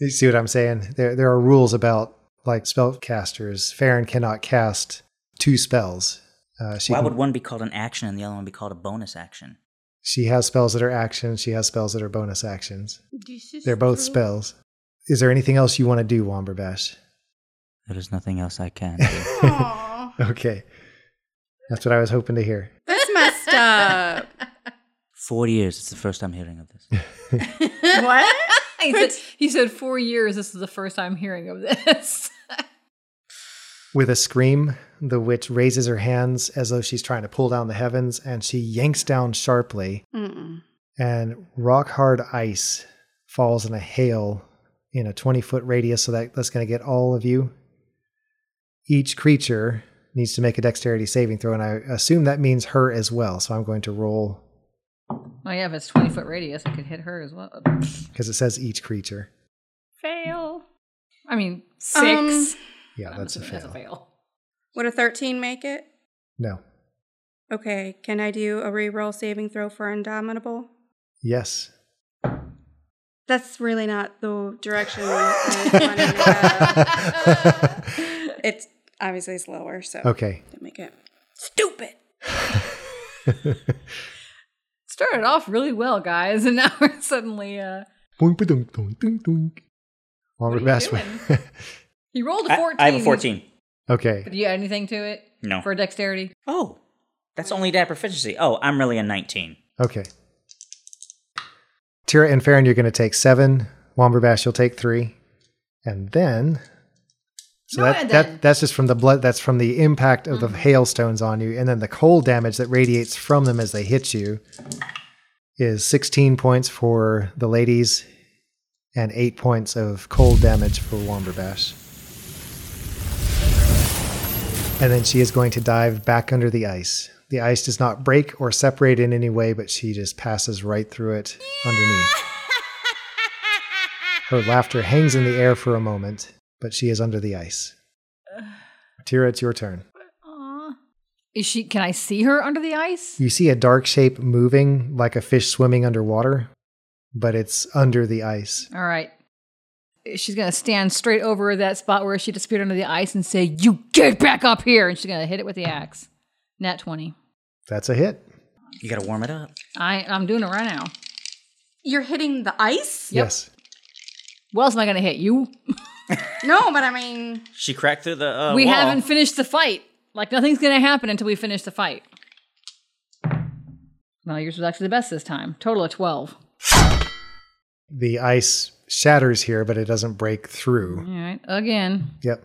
Speaker 1: you see what I'm saying? There there are rules about like spellcasters. Farron cannot cast two spells. Uh, she
Speaker 2: Why
Speaker 1: can-
Speaker 2: would one be called an action and the other one be called a bonus action?
Speaker 1: she has spells that are actions. She has spells that are bonus actions.
Speaker 3: This is
Speaker 1: They're both
Speaker 3: true.
Speaker 1: spells. Is there anything else you want to do, Womberbash?
Speaker 2: There is nothing else I can do.
Speaker 3: Aw,
Speaker 1: Okay. That's what I was hoping to hear.
Speaker 3: that's messed up.
Speaker 2: Four years, it's the first I'm hearing of this.
Speaker 3: what?
Speaker 4: He said, he said four years. This is the first time hearing of this.
Speaker 1: With a scream, the witch raises her hands as though she's trying to pull down the heavens, and she yanks down sharply,
Speaker 3: Mm-mm.
Speaker 1: and rock hard ice falls in a hail in a 20 foot radius. So that, that's going to get all of you. Each creature needs to make a dexterity saving throw, and I assume that means her as well. So I'm going to roll
Speaker 4: Oh yeah, if it's twenty foot radius, I could hit her as well.
Speaker 1: because it says each creature.
Speaker 4: Fail. I mean six.
Speaker 3: Um,
Speaker 1: Yeah, that's a fail.
Speaker 4: That's a fail.
Speaker 3: Would a 13 make it?
Speaker 1: No.
Speaker 3: Okay, can I do a reroll saving throw for Indomitable?
Speaker 1: Yes.
Speaker 3: That's really not the direction I wanted to go. It's obviously it's lower, so
Speaker 1: Okay.
Speaker 3: didn't make it. Stupid.
Speaker 4: Started off really well, guys, and now we're suddenly uh
Speaker 1: Boing, ba-dunk, doink, doink, doink.
Speaker 4: are
Speaker 1: Onward
Speaker 4: you
Speaker 1: best
Speaker 4: doing?
Speaker 1: way.
Speaker 4: he rolled a
Speaker 2: I,
Speaker 4: fourteen.
Speaker 2: I have a 14.
Speaker 1: okay.
Speaker 4: Did you add anything to it?
Speaker 2: No.
Speaker 4: For dexterity?
Speaker 2: Oh, that's only that proficiency. Oh, I'm really a 19.
Speaker 1: Okay. Tira and Farron, you're going to take seven. Womberbash, you'll take three. And then. So
Speaker 4: No,
Speaker 1: that,
Speaker 4: and then. Mm-hmm.
Speaker 1: that that's just from the blood. That's from the impact of the hailstones on you, and then the cold damage that radiates from them as they hit you is 16 points for the ladies, and eight points of cold damage for Womberbash. And then she is going to dive back under the ice. The ice does not break or separate in any way, but she just passes right through it underneath. Her laughter hangs in the air for a moment, but she is under the ice. Tira, it's your turn.
Speaker 4: Aw. Is she? Can I see her under the ice?
Speaker 1: You see a dark shape moving like a fish swimming underwater, but it's under the ice.
Speaker 4: All right. She's gonna stand straight over that spot where she disappeared under the ice and say, "You get back up here!" And she's gonna hit it with the axe. Nat twenty.
Speaker 1: That's a hit.
Speaker 2: You got to warm it up.
Speaker 4: I I'm doing it right now.
Speaker 3: You're hitting the ice?
Speaker 1: Yes.
Speaker 4: What else am I gonna hit you?
Speaker 3: No, but I mean,
Speaker 2: She cracked through the uh,
Speaker 4: we
Speaker 2: wall.
Speaker 4: haven't finished the fight. Like nothing's gonna happen until we finish the fight. Well, yours was actually the best this time. Total of twelve.
Speaker 1: The ice shatters here, but it doesn't break through.
Speaker 4: All right, again,
Speaker 1: Yep.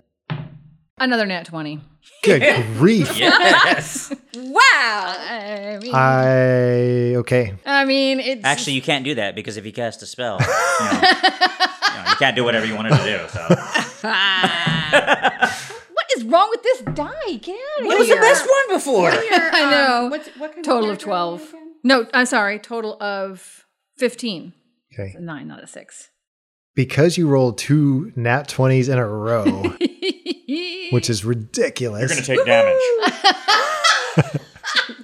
Speaker 4: another nat twenty.
Speaker 1: Good grief.
Speaker 2: yes.
Speaker 3: wow.
Speaker 4: I mean,
Speaker 1: I okay.
Speaker 4: I mean, it's
Speaker 2: Actually, you can't do that because if you cast a spell, you, know, you know, you can't do whatever you wanted to do. So
Speaker 4: what is wrong with this die? Get out of here!
Speaker 2: one before.
Speaker 4: I know.
Speaker 3: What's, um, what kind
Speaker 4: Total of twelve. No, I'm sorry. Total of fifteen.
Speaker 1: Okay.
Speaker 4: A nine, not a six.
Speaker 1: Because you rolled two nat 20s in a row, which is ridiculous.
Speaker 2: take damage.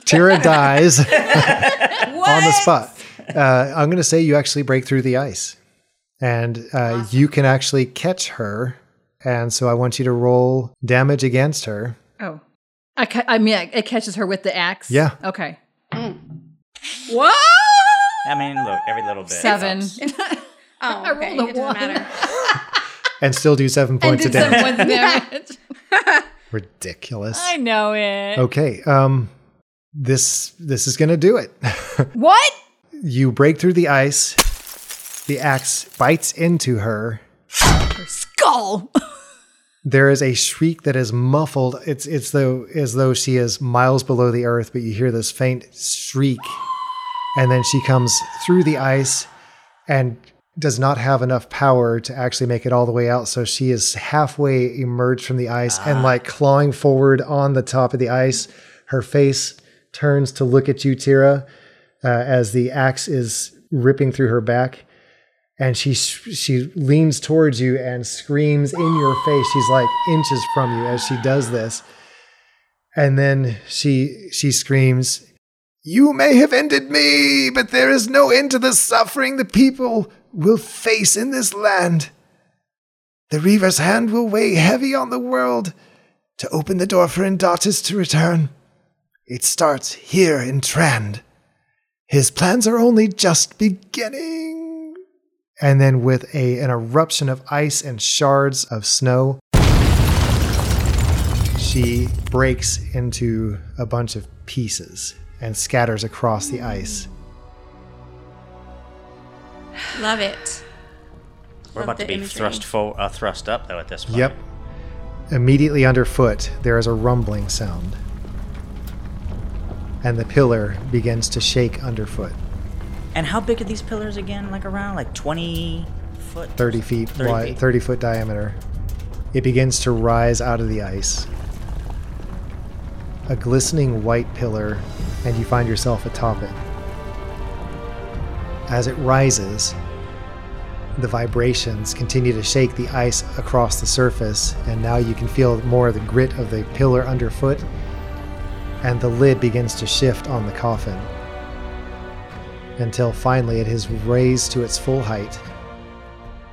Speaker 1: Tira dies on the spot. Uh, I'm going to say you actually break through the ice, and uh, you can actually catch her. And so I want you to roll damage against her.
Speaker 4: Oh, I, ca- I mean, it catches her with the axe.
Speaker 1: Yeah.
Speaker 4: Okay.
Speaker 3: Mm. Whoa!
Speaker 2: I mean, look, every little bit.
Speaker 4: Seven.
Speaker 2: helps.
Speaker 3: Oh, okay.
Speaker 4: rolled a
Speaker 3: It doesn't
Speaker 4: one.
Speaker 3: matter.
Speaker 1: and still do seven
Speaker 4: And
Speaker 1: points of
Speaker 4: did
Speaker 1: damage.
Speaker 4: someone's damage.
Speaker 1: Ridiculous.
Speaker 4: I know it.
Speaker 1: Okay. Um, this this is going to do it.
Speaker 4: What?
Speaker 1: you break through the ice. The axe bites into her.
Speaker 4: Her skull.
Speaker 1: There is a shriek that is muffled. It's it's though as though she is miles below the earth, but you hear this faint shriek, and then she comes through the ice, and does not have enough power to actually make it all the way out. So she is halfway emerged from the ice and like clawing forward on the top of the ice. Her face turns to look at you, Tira, uh, as the axe is ripping through her back and she she leans towards you and screams in your face. She's like inches from you as she does this, and then she she screams, "You may have ended me, but there is no end to the suffering the people will face in this land. The Reaver's hand will weigh heavy on the world. To open the door for Indatis to return, it starts here in Trand." His plans are only just beginning and then with a, an eruption of ice and shards of snow, she breaks into a bunch of pieces and scatters across the ice.
Speaker 3: Love it.
Speaker 2: We're about to
Speaker 3: the
Speaker 2: be
Speaker 3: imagery.
Speaker 2: thrust for uh, thrust up though at this point.
Speaker 1: Yep. Immediately underfoot, there is a rumbling sound, and the pillar begins to shake underfoot,
Speaker 2: And how big are these pillars again? Like around like twenty foot.
Speaker 1: 30 feet
Speaker 2: 30
Speaker 1: wide,
Speaker 2: feet.
Speaker 1: 30 foot diameter. It begins to rise out of the ice. A glistening white pillar, and you find yourself atop it. As it rises, the vibrations continue to shake the ice across the surface, and now you can feel more of the grit of the pillar underfoot, and the lid begins to shift on the coffin. Until finally it is raised to its full height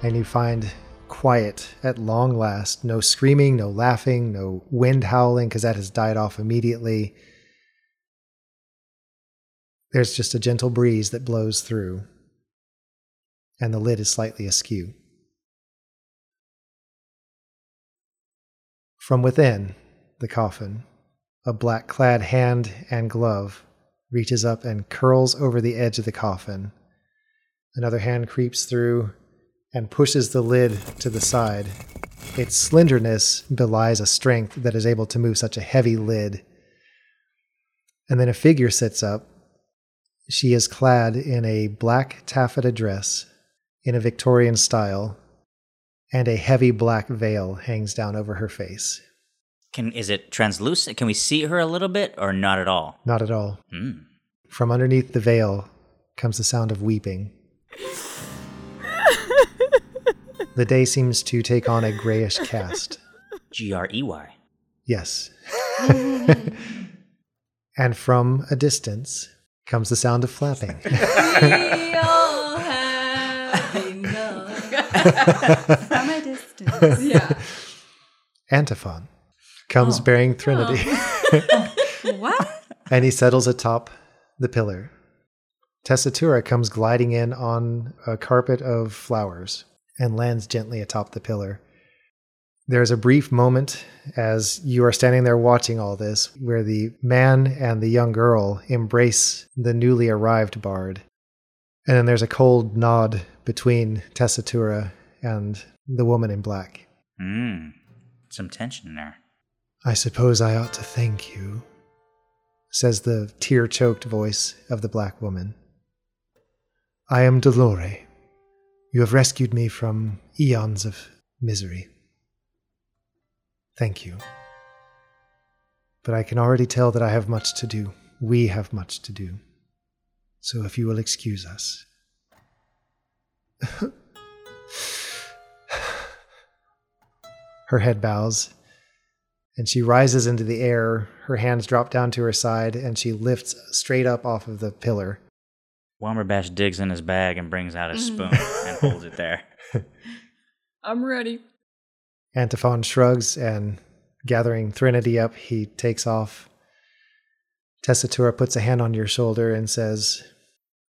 Speaker 1: and you find quiet at long last. No screaming, no laughing, no wind howling, because that has died off immediately. There's just a gentle breeze that blows through, and the lid is slightly askew. From within the coffin, a black clad hand and glove reaches up and curls over the edge of the coffin. Another hand creeps through and pushes the lid to the side. Its slenderness belies a strength that is able to move such a heavy lid. And then a figure sits up. She is clad in a black taffeta dress in a Victorian style, and a heavy black veil hangs down over her face.
Speaker 2: Can is it translucent? Can we see her a little bit or not at all?
Speaker 1: Not at all.
Speaker 2: Hmm.
Speaker 1: From underneath the veil comes the sound of weeping. The day seems to take on a grayish cast.
Speaker 2: G R E Y.
Speaker 1: Yes. and from a distance comes the sound of flapping.
Speaker 4: We all have enough.
Speaker 3: From a distance.
Speaker 4: Yeah.
Speaker 1: Antiphon comes bearing Trinity,
Speaker 3: what?
Speaker 1: and he settles atop the pillar. Tessitura comes gliding in on a carpet of flowers and lands gently atop the pillar. There is a brief moment as you are standing there watching all this where the man and the young girl embrace the newly arrived bard. And then there's a cold nod between Tessitura and the woman in black.
Speaker 2: Mm. Some tension there.
Speaker 1: I suppose I ought to thank you, says the tear choked voice of the black woman. I am Dolore. You have rescued me from eons of misery. Thank you. But I can already tell that I have much to do. We have much to do. So if you will excuse us. Her head bows and she rises into the air. Her hands drop down to her side, and she lifts straight up off of the pillar.
Speaker 2: Wilmer Bash digs in his bag and brings out his spoon and holds it there.
Speaker 4: I'm ready.
Speaker 1: Antiphon shrugs, and gathering Thrinity up, he takes off. Tessitura puts a hand on your shoulder and says,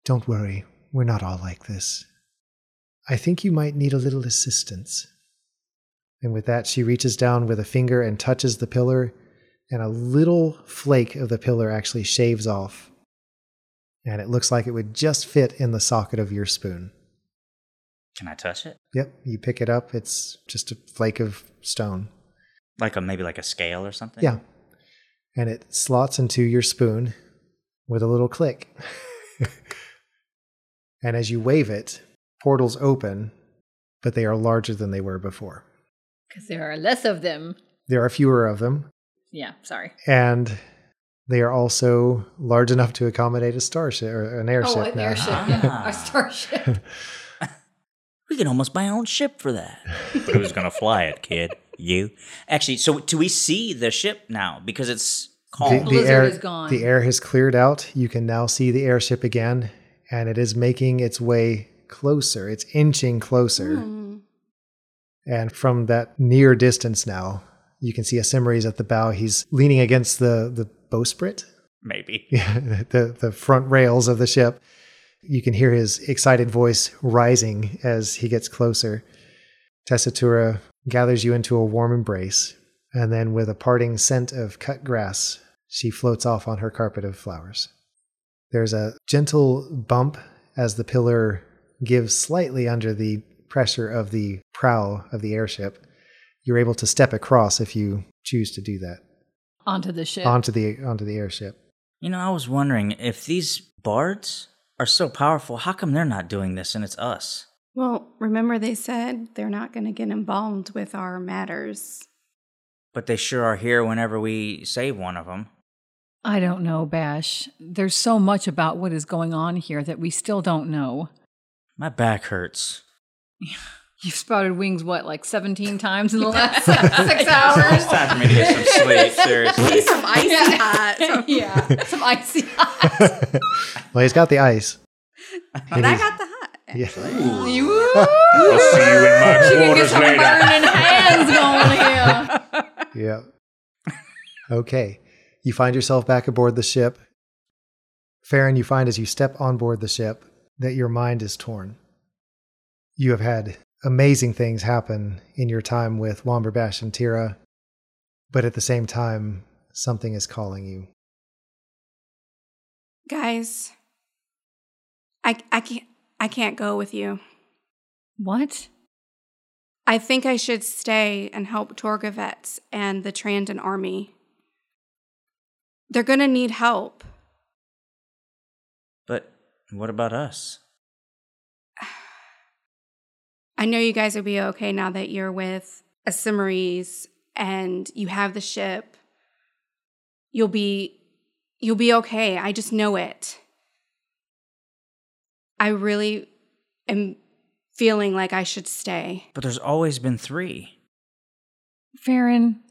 Speaker 1: Don't worry, we're not all like this. I think you might need a little assistance. And with that, she reaches down with a finger and touches the pillar, and a little flake of the pillar actually shaves off. And it looks like it would just fit in the socket of your spoon.
Speaker 2: Can I touch it?
Speaker 1: Yep, you pick it up, it's just a flake of stone.
Speaker 2: Like a maybe like a scale or something?
Speaker 1: Yeah. And it slots into your spoon with a little click. and as you wave it, portals open, but they are larger than they were before.
Speaker 4: Because there are less of them.
Speaker 1: There are fewer of them,
Speaker 4: Yeah, sorry.
Speaker 1: and they are also large enough to accommodate a starship or an airship
Speaker 4: oh, an
Speaker 1: now.
Speaker 4: airship.
Speaker 2: Ah.
Speaker 4: Yeah, a starship.
Speaker 2: We can almost buy our own ship for that. but who's gonna fly it, kid? You? Actually, so do we see the ship now? Because it's calm.
Speaker 4: The- Blizzard is gone.
Speaker 1: the air has cleared out. You can now see the airship again, and it is making its way closer. It's inching closer.
Speaker 4: Hmm.
Speaker 1: And from that near distance now, you can see Asimaris at the bow. He's leaning against the, the bowsprit,
Speaker 2: maybe.
Speaker 1: yeah, the, the front rails of the ship. You can hear his excited voice rising as he gets closer. Tessitura gathers you into a warm embrace, and then with a parting scent of cut grass, she floats off on her carpet of flowers. There's a gentle bump as the pillar gives slightly under the pressure of the prow of the airship. You're able to step across if you choose to do that
Speaker 4: Onto the ship.
Speaker 1: onto the onto the airship.
Speaker 2: You know, I was wondering if these bards are so powerful, how come they're not doing this and it's us?
Speaker 3: Well, remember they said they're not going to get involved with our matters.
Speaker 2: But they sure are here whenever we save one of them.
Speaker 4: I don't know, Bash. There's so much about what is going on here that we still don't know.
Speaker 2: My back hurts.
Speaker 4: You've sprouted wings, what, like 17 times in the last six hours?
Speaker 2: It's time for me to get some sleep, seriously.
Speaker 3: Some icy hot. So-
Speaker 4: yeah, some icy hot.
Speaker 1: well, he's got the ice.
Speaker 3: But I got the hot.
Speaker 1: Yeah.
Speaker 4: I'll
Speaker 6: see you in my
Speaker 4: She can get
Speaker 6: quarters
Speaker 4: some
Speaker 6: later.
Speaker 4: burning hands going here.
Speaker 1: yeah. Okay. You find yourself back aboard the ship. Farron, you find as you step on board the ship that your mind is torn. You have had amazing things happen in your time with Womberbash and Tira, but at the same time, something is calling you.
Speaker 3: Guys, I, I, can't, I can't go with you.
Speaker 4: What?
Speaker 3: I think I should stay and help Torgovets and the Trandon army. They're going to need help.
Speaker 2: But what about us?
Speaker 3: I know you guys will be okay now that you're with Asimaris and you have the ship. You'll be you'll be okay. I just know it. I really am feeling like I should stay.
Speaker 2: But there's always been three.
Speaker 4: Farron,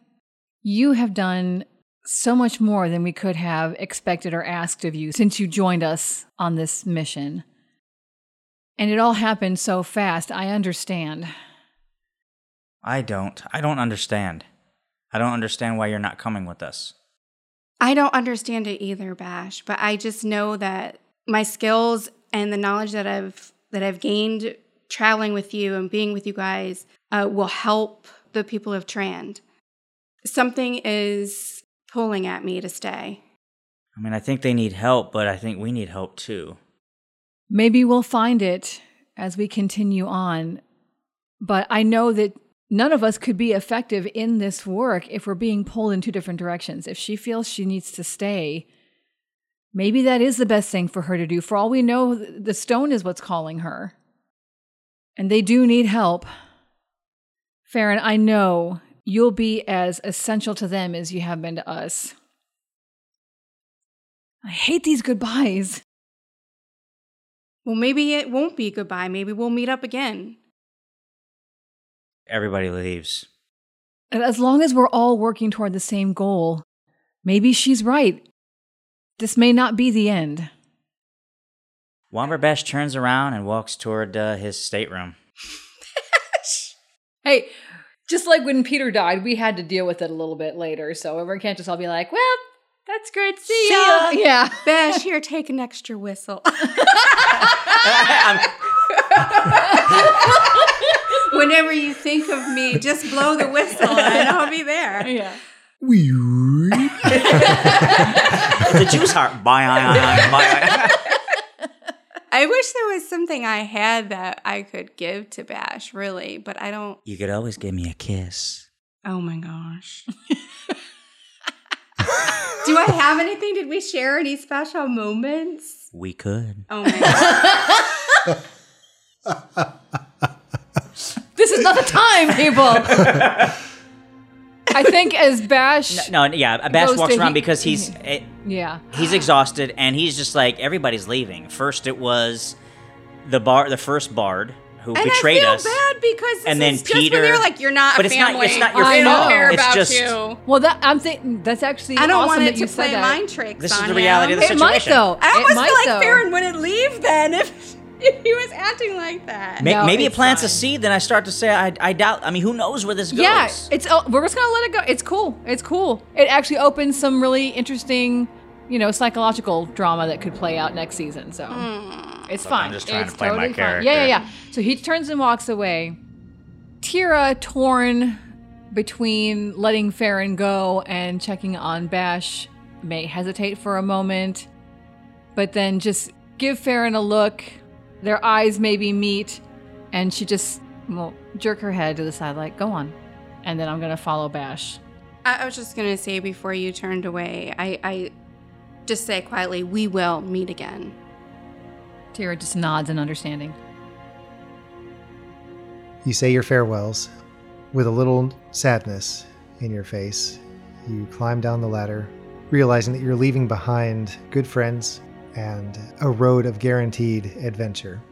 Speaker 4: you have done so much more than we could have expected or asked of you since you joined us on this mission. And it all happened so fast, I understand.
Speaker 2: I don't. I don't understand. I don't understand why you're not coming with us.
Speaker 3: I don't understand it either, Bash, but I just know that my skills and the knowledge that I've that I've gained traveling with you and being with you guys uh, will help the people of Trand. Something is pulling at me to stay.
Speaker 2: I mean, I think they need help, but I think we need help too.
Speaker 4: Maybe we'll find it as we continue on. But I know that none of us could be effective in this work if we're being pulled in two different directions. If she feels she needs to stay, maybe that is the best thing for her to do. For all we know, th- the stone is what's calling her. And they do need help. Farron, I know you'll be as essential to them as you have been to us. I hate these goodbyes.
Speaker 3: Well, maybe it won't be goodbye. Maybe we'll meet up again.
Speaker 2: Everybody leaves.
Speaker 4: And as long as we're all working toward the same goal, maybe she's right. This may not be the end.
Speaker 2: Wamberbash turns around and walks toward uh, his stateroom.
Speaker 4: Hey, just like when Peter died, we had to deal with it a little bit later. So everyone can't just all be like, well, that's great. See,
Speaker 3: See
Speaker 4: ya.
Speaker 3: ya.
Speaker 4: Yeah.
Speaker 3: Bash, here, take an extra whistle.
Speaker 2: I'm-
Speaker 3: Whenever you think of me, just blow the whistle and I'll be there.
Speaker 4: Yeah.
Speaker 2: the Jew's heart. Bye, bye, bye, bye.
Speaker 3: I wish there was something I had that I could give to Bash, really, but I don't.
Speaker 2: You could always give me a kiss.
Speaker 3: Oh my gosh. Do I have anything? Did we share any special moments?
Speaker 2: We could.
Speaker 3: Oh my gosh.
Speaker 4: This is not the time, people. I think as Bash.
Speaker 2: No, yeah. Bash
Speaker 4: Goes
Speaker 2: walks
Speaker 4: to
Speaker 2: around
Speaker 4: he-
Speaker 2: because he's eh,
Speaker 4: Yeah.
Speaker 2: he's exhausted and he's just like everybody's leaving. First, it was the bar, the first bard who
Speaker 3: And
Speaker 2: betrayed
Speaker 3: I feel
Speaker 2: us.
Speaker 3: bad because this
Speaker 2: And
Speaker 3: and
Speaker 2: then
Speaker 3: then just when
Speaker 2: Peter-
Speaker 3: they're like, you're not
Speaker 2: but
Speaker 3: a
Speaker 2: it's not-
Speaker 3: family.
Speaker 2: it's not your
Speaker 3: I
Speaker 4: fault.
Speaker 3: don't care
Speaker 2: It's
Speaker 3: about
Speaker 2: just-
Speaker 3: you.
Speaker 4: Well, that I'm thinking that's actually
Speaker 3: I don't
Speaker 4: awesome
Speaker 3: want
Speaker 4: that
Speaker 3: it
Speaker 4: you
Speaker 3: to
Speaker 4: said
Speaker 3: play
Speaker 4: that.
Speaker 3: mind tricks
Speaker 2: This is
Speaker 3: on
Speaker 2: the reality
Speaker 3: him.
Speaker 2: of the
Speaker 4: It might
Speaker 2: situation.
Speaker 4: though.
Speaker 3: I almost
Speaker 4: it might,
Speaker 3: feel like
Speaker 4: though.
Speaker 3: Farron wouldn't leave then if, if he was acting like that.
Speaker 2: Ma-
Speaker 4: No,
Speaker 2: maybe it
Speaker 4: it's
Speaker 2: plants a
Speaker 4: fine.
Speaker 2: seed, then I start to say, I, I doubt. I mean, who knows where this goes?
Speaker 4: Yeah, it's oh, we're just gonna let it go. It's cool. It's cool. It actually opens some really interesting, you know, psychological drama that could play out next season. So it's fine.
Speaker 2: just trying to
Speaker 4: It's
Speaker 2: play my
Speaker 4: totally fine.
Speaker 2: character.
Speaker 4: Yeah, yeah, yeah. So he turns and walks away. Tira torn between letting Farron go and checking on Bash may hesitate for a moment, but then just give Farron a look. Their eyes maybe meet, and she just will jerk her head to the side, like, go on. And then I'm going to follow Bash.
Speaker 3: I, I was just gonna say before you turned away, I, I just say quietly, we will meet again.
Speaker 4: Tira just nods in understanding.
Speaker 1: You say your farewells with a little sadness in your face. You climb down the ladder, realizing that you're leaving behind good friends and a road of guaranteed adventure.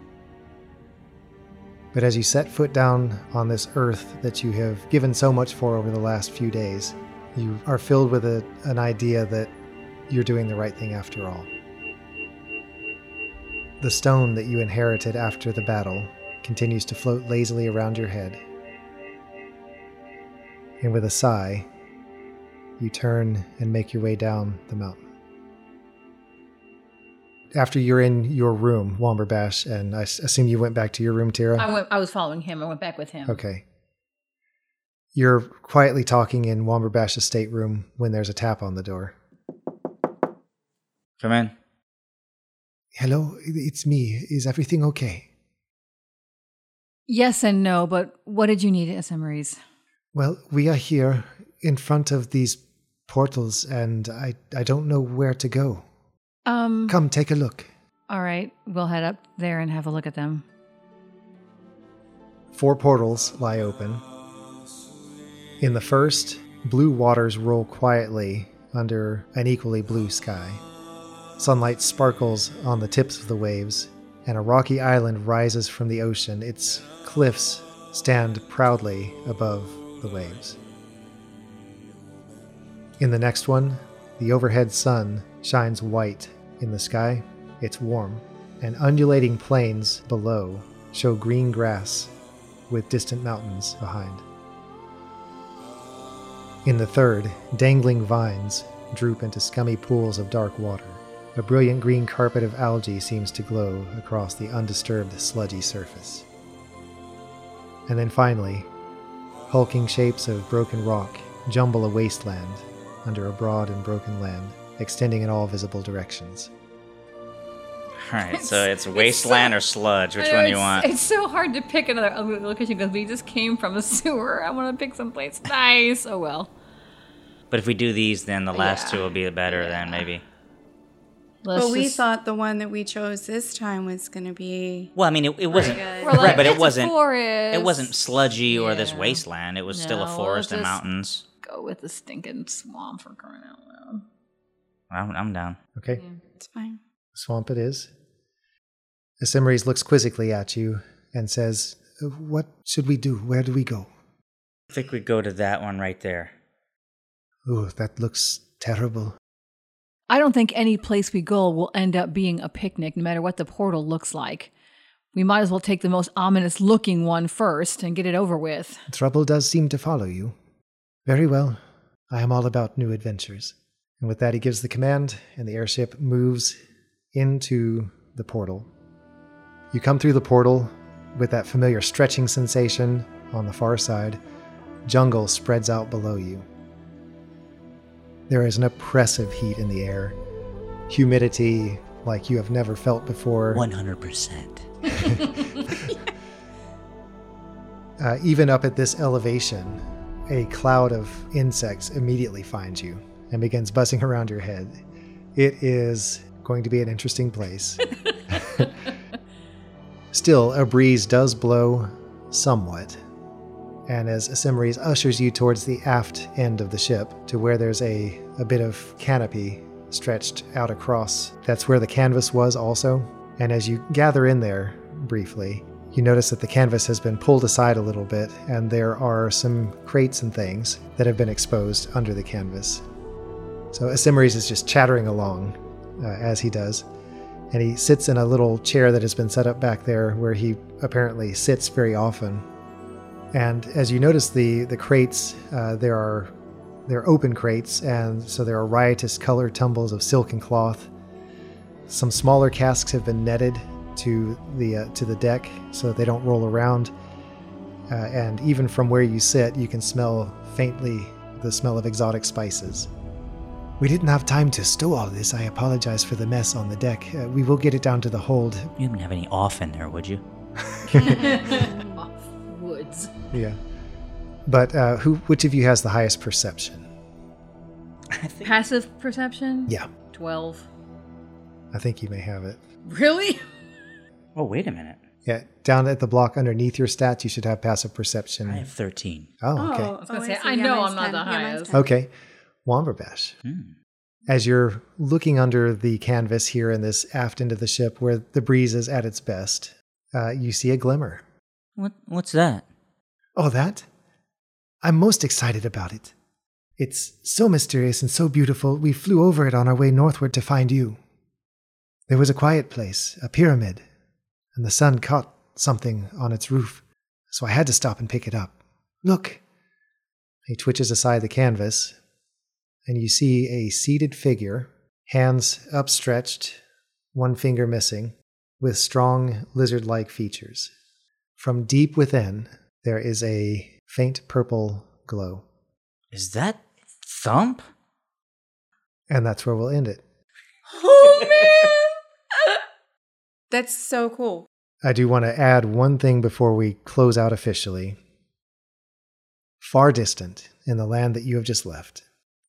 Speaker 1: But as you set foot down on this earth that you have given so much for over the last few days, you are filled with a, an idea that you're doing the right thing after all. The stone that you inherited after the battle continues to float lazily around your head. And with a sigh, you turn and make your way down the mountain. After you're in your room, Womberbash, and I s- assume you went back to your room, Tira?
Speaker 4: I, went, I was following him. I went back with him.
Speaker 1: Okay. You're quietly talking in Womberbash's stateroom when there's a tap on the door.
Speaker 2: Come in.
Speaker 1: Hello, it's me. Is everything okay?
Speaker 4: Yes and no, but what did you need, SMREs?
Speaker 1: Well, we are here in front of these portals, and I, I don't know where to go.
Speaker 4: Um,
Speaker 1: Come, take a look.
Speaker 4: all right, we'll head up there and have a look at them.
Speaker 1: Four portals lie open. In the first, blue waters roll quietly under an equally blue sky. Sunlight sparkles on the tips of the waves and a rocky island rises from the ocean. Its cliffs stand proudly above the waves. In the next one, the overhead sun shines white in the sky. It's warm, and undulating plains below show green grass with distant mountains behind. In the third, dangling vines droop into scummy pools of dark water. A brilliant green carpet of algae seems to glow across the undisturbed sludgy surface. And then finally, hulking shapes of broken rock jumble a wasteland under a broad and broken land, extending in all visible directions.
Speaker 2: All right, so it's wasteland or sludge. Which one do you
Speaker 4: It's-
Speaker 2: want?
Speaker 4: It's so hard to pick another other location because we just came from a sewer. I want to pick someplace nice. Oh well.
Speaker 2: But if we do these, then the last
Speaker 4: Yeah.
Speaker 2: two will be better. Then maybe.
Speaker 4: Let's
Speaker 3: But we
Speaker 4: just-
Speaker 3: thought the one that we chose this time was going to be.
Speaker 2: Well, I mean, it, it wasn't
Speaker 3: good.
Speaker 4: We're like,
Speaker 2: right, but it
Speaker 4: it's a
Speaker 2: wasn't.
Speaker 4: forest.
Speaker 2: It wasn't sludgy or this
Speaker 4: Yeah.
Speaker 2: wasteland. It was still
Speaker 4: No,
Speaker 2: a forest
Speaker 4: we'll
Speaker 2: and
Speaker 4: just-
Speaker 2: mountains.
Speaker 4: Go with the stinking swamp for crying out loud.
Speaker 2: I'm, I'm down.
Speaker 1: Okay,
Speaker 3: It's fine.
Speaker 1: swamp it is. Asimaris looks quizzically at you and says, What should we do? Where do we go?
Speaker 2: I think we go to that one right there.
Speaker 1: Ooh, that looks terrible.
Speaker 4: I don't think any place we go will end up being a picnic, no matter what the portal looks like. We might as well take the most ominous looking one first and get it over with.
Speaker 1: Trouble does seem to follow you. Very well. I am all about new adventures. And with that, he gives the command, and the airship moves into the portal. You come through the portal with that familiar stretching sensation on the far side. Jungle spreads out below you. There is an oppressive heat in the air, humidity like you have never felt before.
Speaker 2: One hundred percent.
Speaker 1: Uh, even up at this elevation, a cloud of insects immediately finds you and begins buzzing around your head. It is going to be an interesting place. Still, a breeze does blow somewhat. And as Asimaris ushers you towards the aft end of the ship to where there's a, a bit of canopy stretched out across, that's where the canvas was also. And as you gather in there briefly, you notice that the canvas has been pulled aside a little bit, and there are some crates and things that have been exposed under the canvas. So Asimaris is just chattering along uh, as he does and he sits in a little chair that has been set up back there where he apparently sits very often. And as you notice the the crates, uh, there are they're open crates, and so there are riotous colored tumbles of silk and cloth. Some smaller casks have been netted to the uh, to the deck so that they don't roll around. Uh, and even from where you sit, you can smell faintly the smell of exotic spices. We didn't have time to stow all this. I apologize for the mess on the deck. Uh, we will get it down to the hold.
Speaker 2: You wouldn't have any off in there, would you?
Speaker 4: Off woods.
Speaker 1: Yeah. But uh, who? Which of you has the highest perception?
Speaker 4: Passive perception?
Speaker 1: Yeah,
Speaker 4: 12.
Speaker 1: I think you may have it.
Speaker 4: Really?
Speaker 2: Oh, wait a minute.
Speaker 1: Yeah, down at the block underneath your stats, you should have passive perception.
Speaker 2: I have thirteen.
Speaker 1: Oh, okay.
Speaker 4: was gonna
Speaker 3: oh,
Speaker 4: say,
Speaker 3: see.
Speaker 4: I know
Speaker 3: mine's
Speaker 4: I'm not the
Speaker 3: 10. Yeah, mine's
Speaker 4: highest.
Speaker 3: 10.
Speaker 1: Okay. Womberbash.
Speaker 2: Hmm.
Speaker 1: As you're looking under the canvas here in this aft end of the ship, where the breeze is at its best, uh, you see a glimmer.
Speaker 2: What? What's that?
Speaker 1: Oh, that? I'm most excited about it. It's so mysterious and so beautiful. We flew over it on our way northward to find you. There was a quiet place, a pyramid, and the sun caught something on its roof, so I had to stop and pick it up. Look! He twitches aside the canvas, and you see a seated figure, hands upstretched, one finger missing, with strong lizard like features. From deep within, there is a faint purple glow.
Speaker 2: Is that thump?
Speaker 1: And that's where we'll end it.
Speaker 3: Oh man, that's so cool.
Speaker 1: I do want to add one thing before we close out officially. Far distant in the land that you have just left,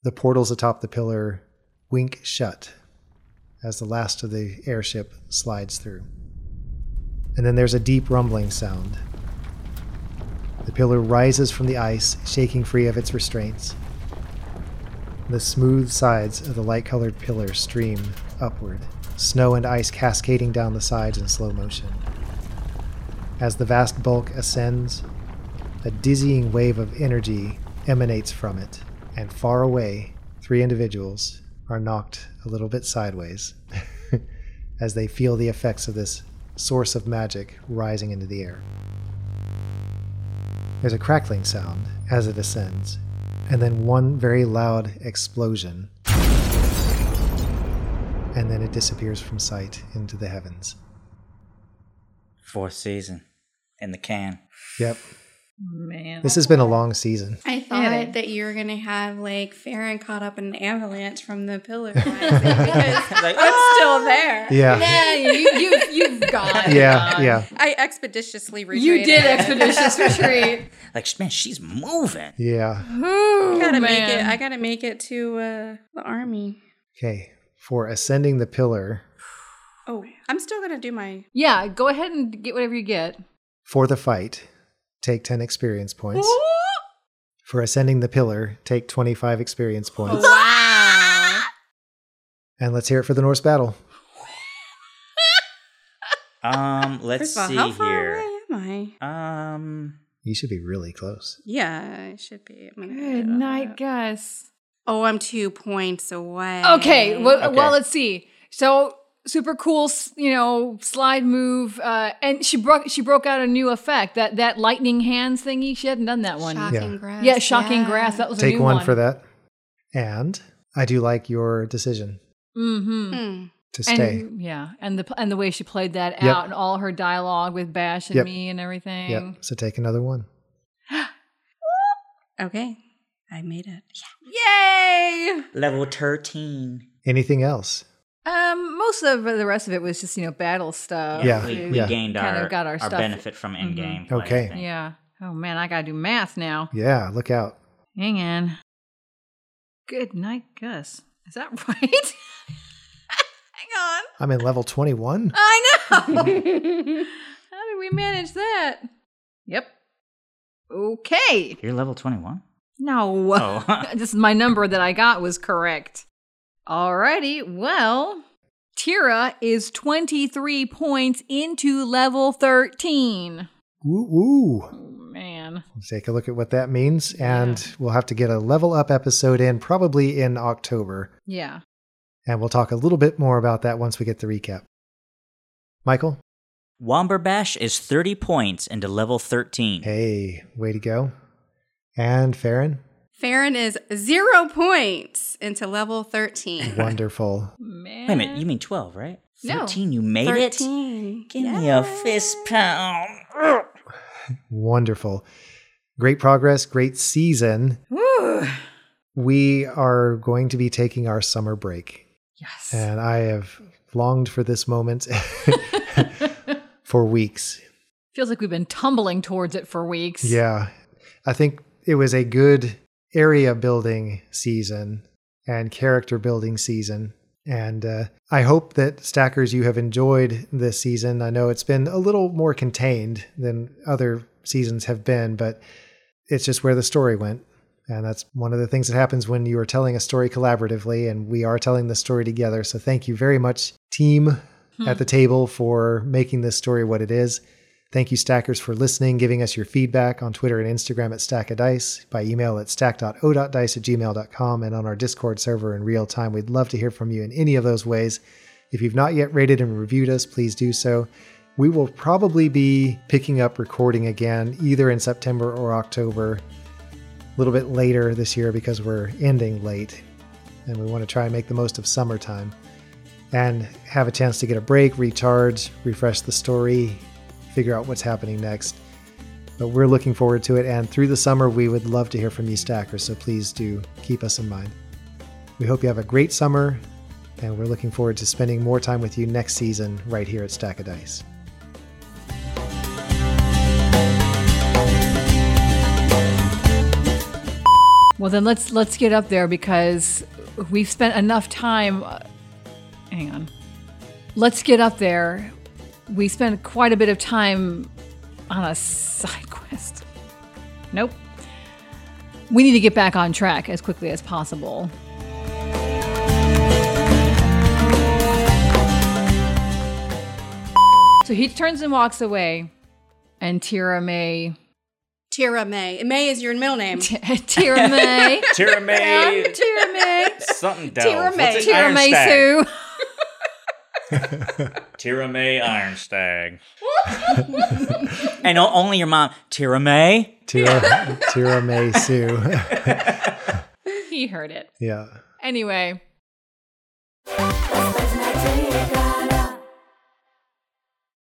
Speaker 1: the portals atop the pillar wink shut as the last of the airship slides through. And then there's a deep rumbling sound. The pillar rises from the ice, shaking free of its restraints. The smooth sides of the light colored pillar stream upward, snow and ice cascading down the sides in slow motion. As the vast bulk ascends, a dizzying wave of energy emanates from it, and far away, three individuals are knocked a little bit sideways as they feel the effects of this source of magic rising into the air. There's a crackling sound as it ascends, and then one very loud explosion, and then it disappears from sight into the heavens.
Speaker 2: Fourth season in the can.
Speaker 1: Yep.
Speaker 4: Man.
Speaker 1: This has been a long season.
Speaker 3: I thought
Speaker 4: Yeah.
Speaker 3: that you were gonna have like Farron caught up in an avalanche from the pillar rising because
Speaker 2: Like,
Speaker 3: it's still there.
Speaker 1: Yeah.
Speaker 4: yeah, you, you, you've gone.
Speaker 1: Yeah. Yeah.
Speaker 3: I expeditiously retreated.
Speaker 4: You did expeditious retreat.
Speaker 2: like man, she's moving.
Speaker 1: Yeah.
Speaker 4: Ooh,
Speaker 3: I gotta make
Speaker 4: Oh, man.
Speaker 3: it. I gotta make it to uh, the army.
Speaker 1: Okay. For ascending the pillar,
Speaker 3: Oh, I'm still gonna do my.
Speaker 4: yeah, go ahead and get whatever you get.
Speaker 1: for the fight, take 10 experience points. For ascending the pillar, take 25 experience points.
Speaker 4: Wow.
Speaker 1: And let's hear it for the Norse battle.
Speaker 2: Um, let's
Speaker 3: First of all, how
Speaker 2: see
Speaker 3: far
Speaker 2: here.
Speaker 3: away am I?
Speaker 2: Um,
Speaker 1: You should be really close.
Speaker 3: Yeah, I should be. I'm gonna
Speaker 4: Good
Speaker 3: edit all
Speaker 4: night,
Speaker 3: that.
Speaker 4: Gus.
Speaker 3: Oh, I'm two points away.
Speaker 4: Okay. Well,
Speaker 2: Okay.
Speaker 4: well, let's see. So super cool, s- you know, slide move, uh, and she broke she broke out a new effect that that lightning hands thingy. She hadn't done that one.
Speaker 1: Yeah.
Speaker 3: grass.
Speaker 4: Yeah, shocking
Speaker 3: yeah.
Speaker 4: grass. That was a
Speaker 1: Take
Speaker 4: new
Speaker 1: one,
Speaker 4: one,
Speaker 1: for that. And I do like your decision
Speaker 4: Mm-hmm.
Speaker 3: Hmm.
Speaker 1: to stay.
Speaker 4: And yeah, and the and the way she played that
Speaker 1: Yep.
Speaker 4: out, and all her dialogue with Bash and
Speaker 1: Yep.
Speaker 4: me and everything.
Speaker 1: yep. So take another one.
Speaker 3: Okay, I made it.
Speaker 4: Yay!
Speaker 2: level thirteen.
Speaker 1: Anything else?
Speaker 4: Um, most of the rest of it was just you know battle stuff.
Speaker 1: Yeah,
Speaker 2: we,
Speaker 4: too.
Speaker 2: we
Speaker 1: yeah.
Speaker 2: gained
Speaker 4: Kind
Speaker 2: our
Speaker 4: of Oh. got our
Speaker 2: our
Speaker 4: stuff-
Speaker 2: benefit from in game. play, I
Speaker 1: Okay.
Speaker 2: think.
Speaker 4: yeah. Oh man, I gotta do math now.
Speaker 1: Yeah, look out.
Speaker 4: Hang on. Good night, Gus. Is that right? Hang on.
Speaker 1: I'm in level 21.
Speaker 4: I know. How did we manage that? Yep. Okay.
Speaker 2: You're level twenty one.
Speaker 4: No.
Speaker 2: Oh.
Speaker 4: this is my number that I got was correct. Alrighty. Well, Tira is 23 points into level 13.
Speaker 1: Woo woo.
Speaker 4: Oh, man.
Speaker 1: We'll take a look at what that means. And we'll have to get a level up episode in probably in October.
Speaker 4: Yeah.
Speaker 1: And we'll talk a little bit more about that once we get the recap. Michael?
Speaker 2: Womberbash is thirty points into level thirteen.
Speaker 1: Hey, way to go. And Farron?
Speaker 3: Farron is zero points into level 13.
Speaker 1: Wonderful.
Speaker 4: Man.
Speaker 2: Wait a minute, you mean twelve, right?
Speaker 4: No.
Speaker 2: Thirteen. You made it.
Speaker 3: 13.
Speaker 2: Give
Speaker 3: Yeah.
Speaker 2: me a fist pound.
Speaker 1: Wonderful. Great progress, great season.
Speaker 4: Woo.
Speaker 1: We are going to be taking our summer break.
Speaker 4: Yes.
Speaker 1: And I have longed for this moment for weeks.
Speaker 4: Feels like we've been tumbling towards it for weeks.
Speaker 1: Yeah. I think it was a good area building season and character building season. And uh, I hope that Stackers, you have enjoyed this season. I know it's been a little more contained than other seasons have been, but it's just where the story went. And that's one of the things that happens when you are telling a story collaboratively, and we are telling this story together. So thank you very much, team at the table, for making this story what it is. Thank you, Stackers, for listening, giving us your feedback on Twitter and Instagram at Stack a Dice, by email at stack.o.dice at gmail.com, and on our Discord server in real time. We'd love to hear from you in any of those ways. If you've not yet rated and reviewed us, please do so. We will probably be picking up recording again either in September or October, a little bit later this year because we're ending late and we want to try and make the most of summertime and have a chance to get a break, recharge, refresh the story, figure out what's happening next. But we're looking forward to it, and through the summer, we would love to hear from you, Stackers, so please do keep us in mind. We hope you have a great summer, and we're looking forward to spending more time with you next season right here at Stack of Dice.
Speaker 4: Well, then let's let's get up there because we've spent enough time. uh, hang on. Let's get up there. We spent quite a bit of time on a side quest. Nope. We need to get back on track as quickly as possible. So he turns and walks away, and Tira May.
Speaker 3: Tira May. May is your middle name.
Speaker 4: T- Tira May.
Speaker 2: Tira May.
Speaker 4: Tira May.
Speaker 2: Something Delve.
Speaker 3: Tira May.
Speaker 2: What's it?
Speaker 4: Tira May
Speaker 2: Ironstag.
Speaker 4: Sue.
Speaker 2: Tira May Ironstag. and o- only your mom. Tira May.
Speaker 1: Tira, Tira May Sue.
Speaker 4: He heard it.
Speaker 1: yeah.
Speaker 4: Anyway.
Speaker 6: Después me tenía que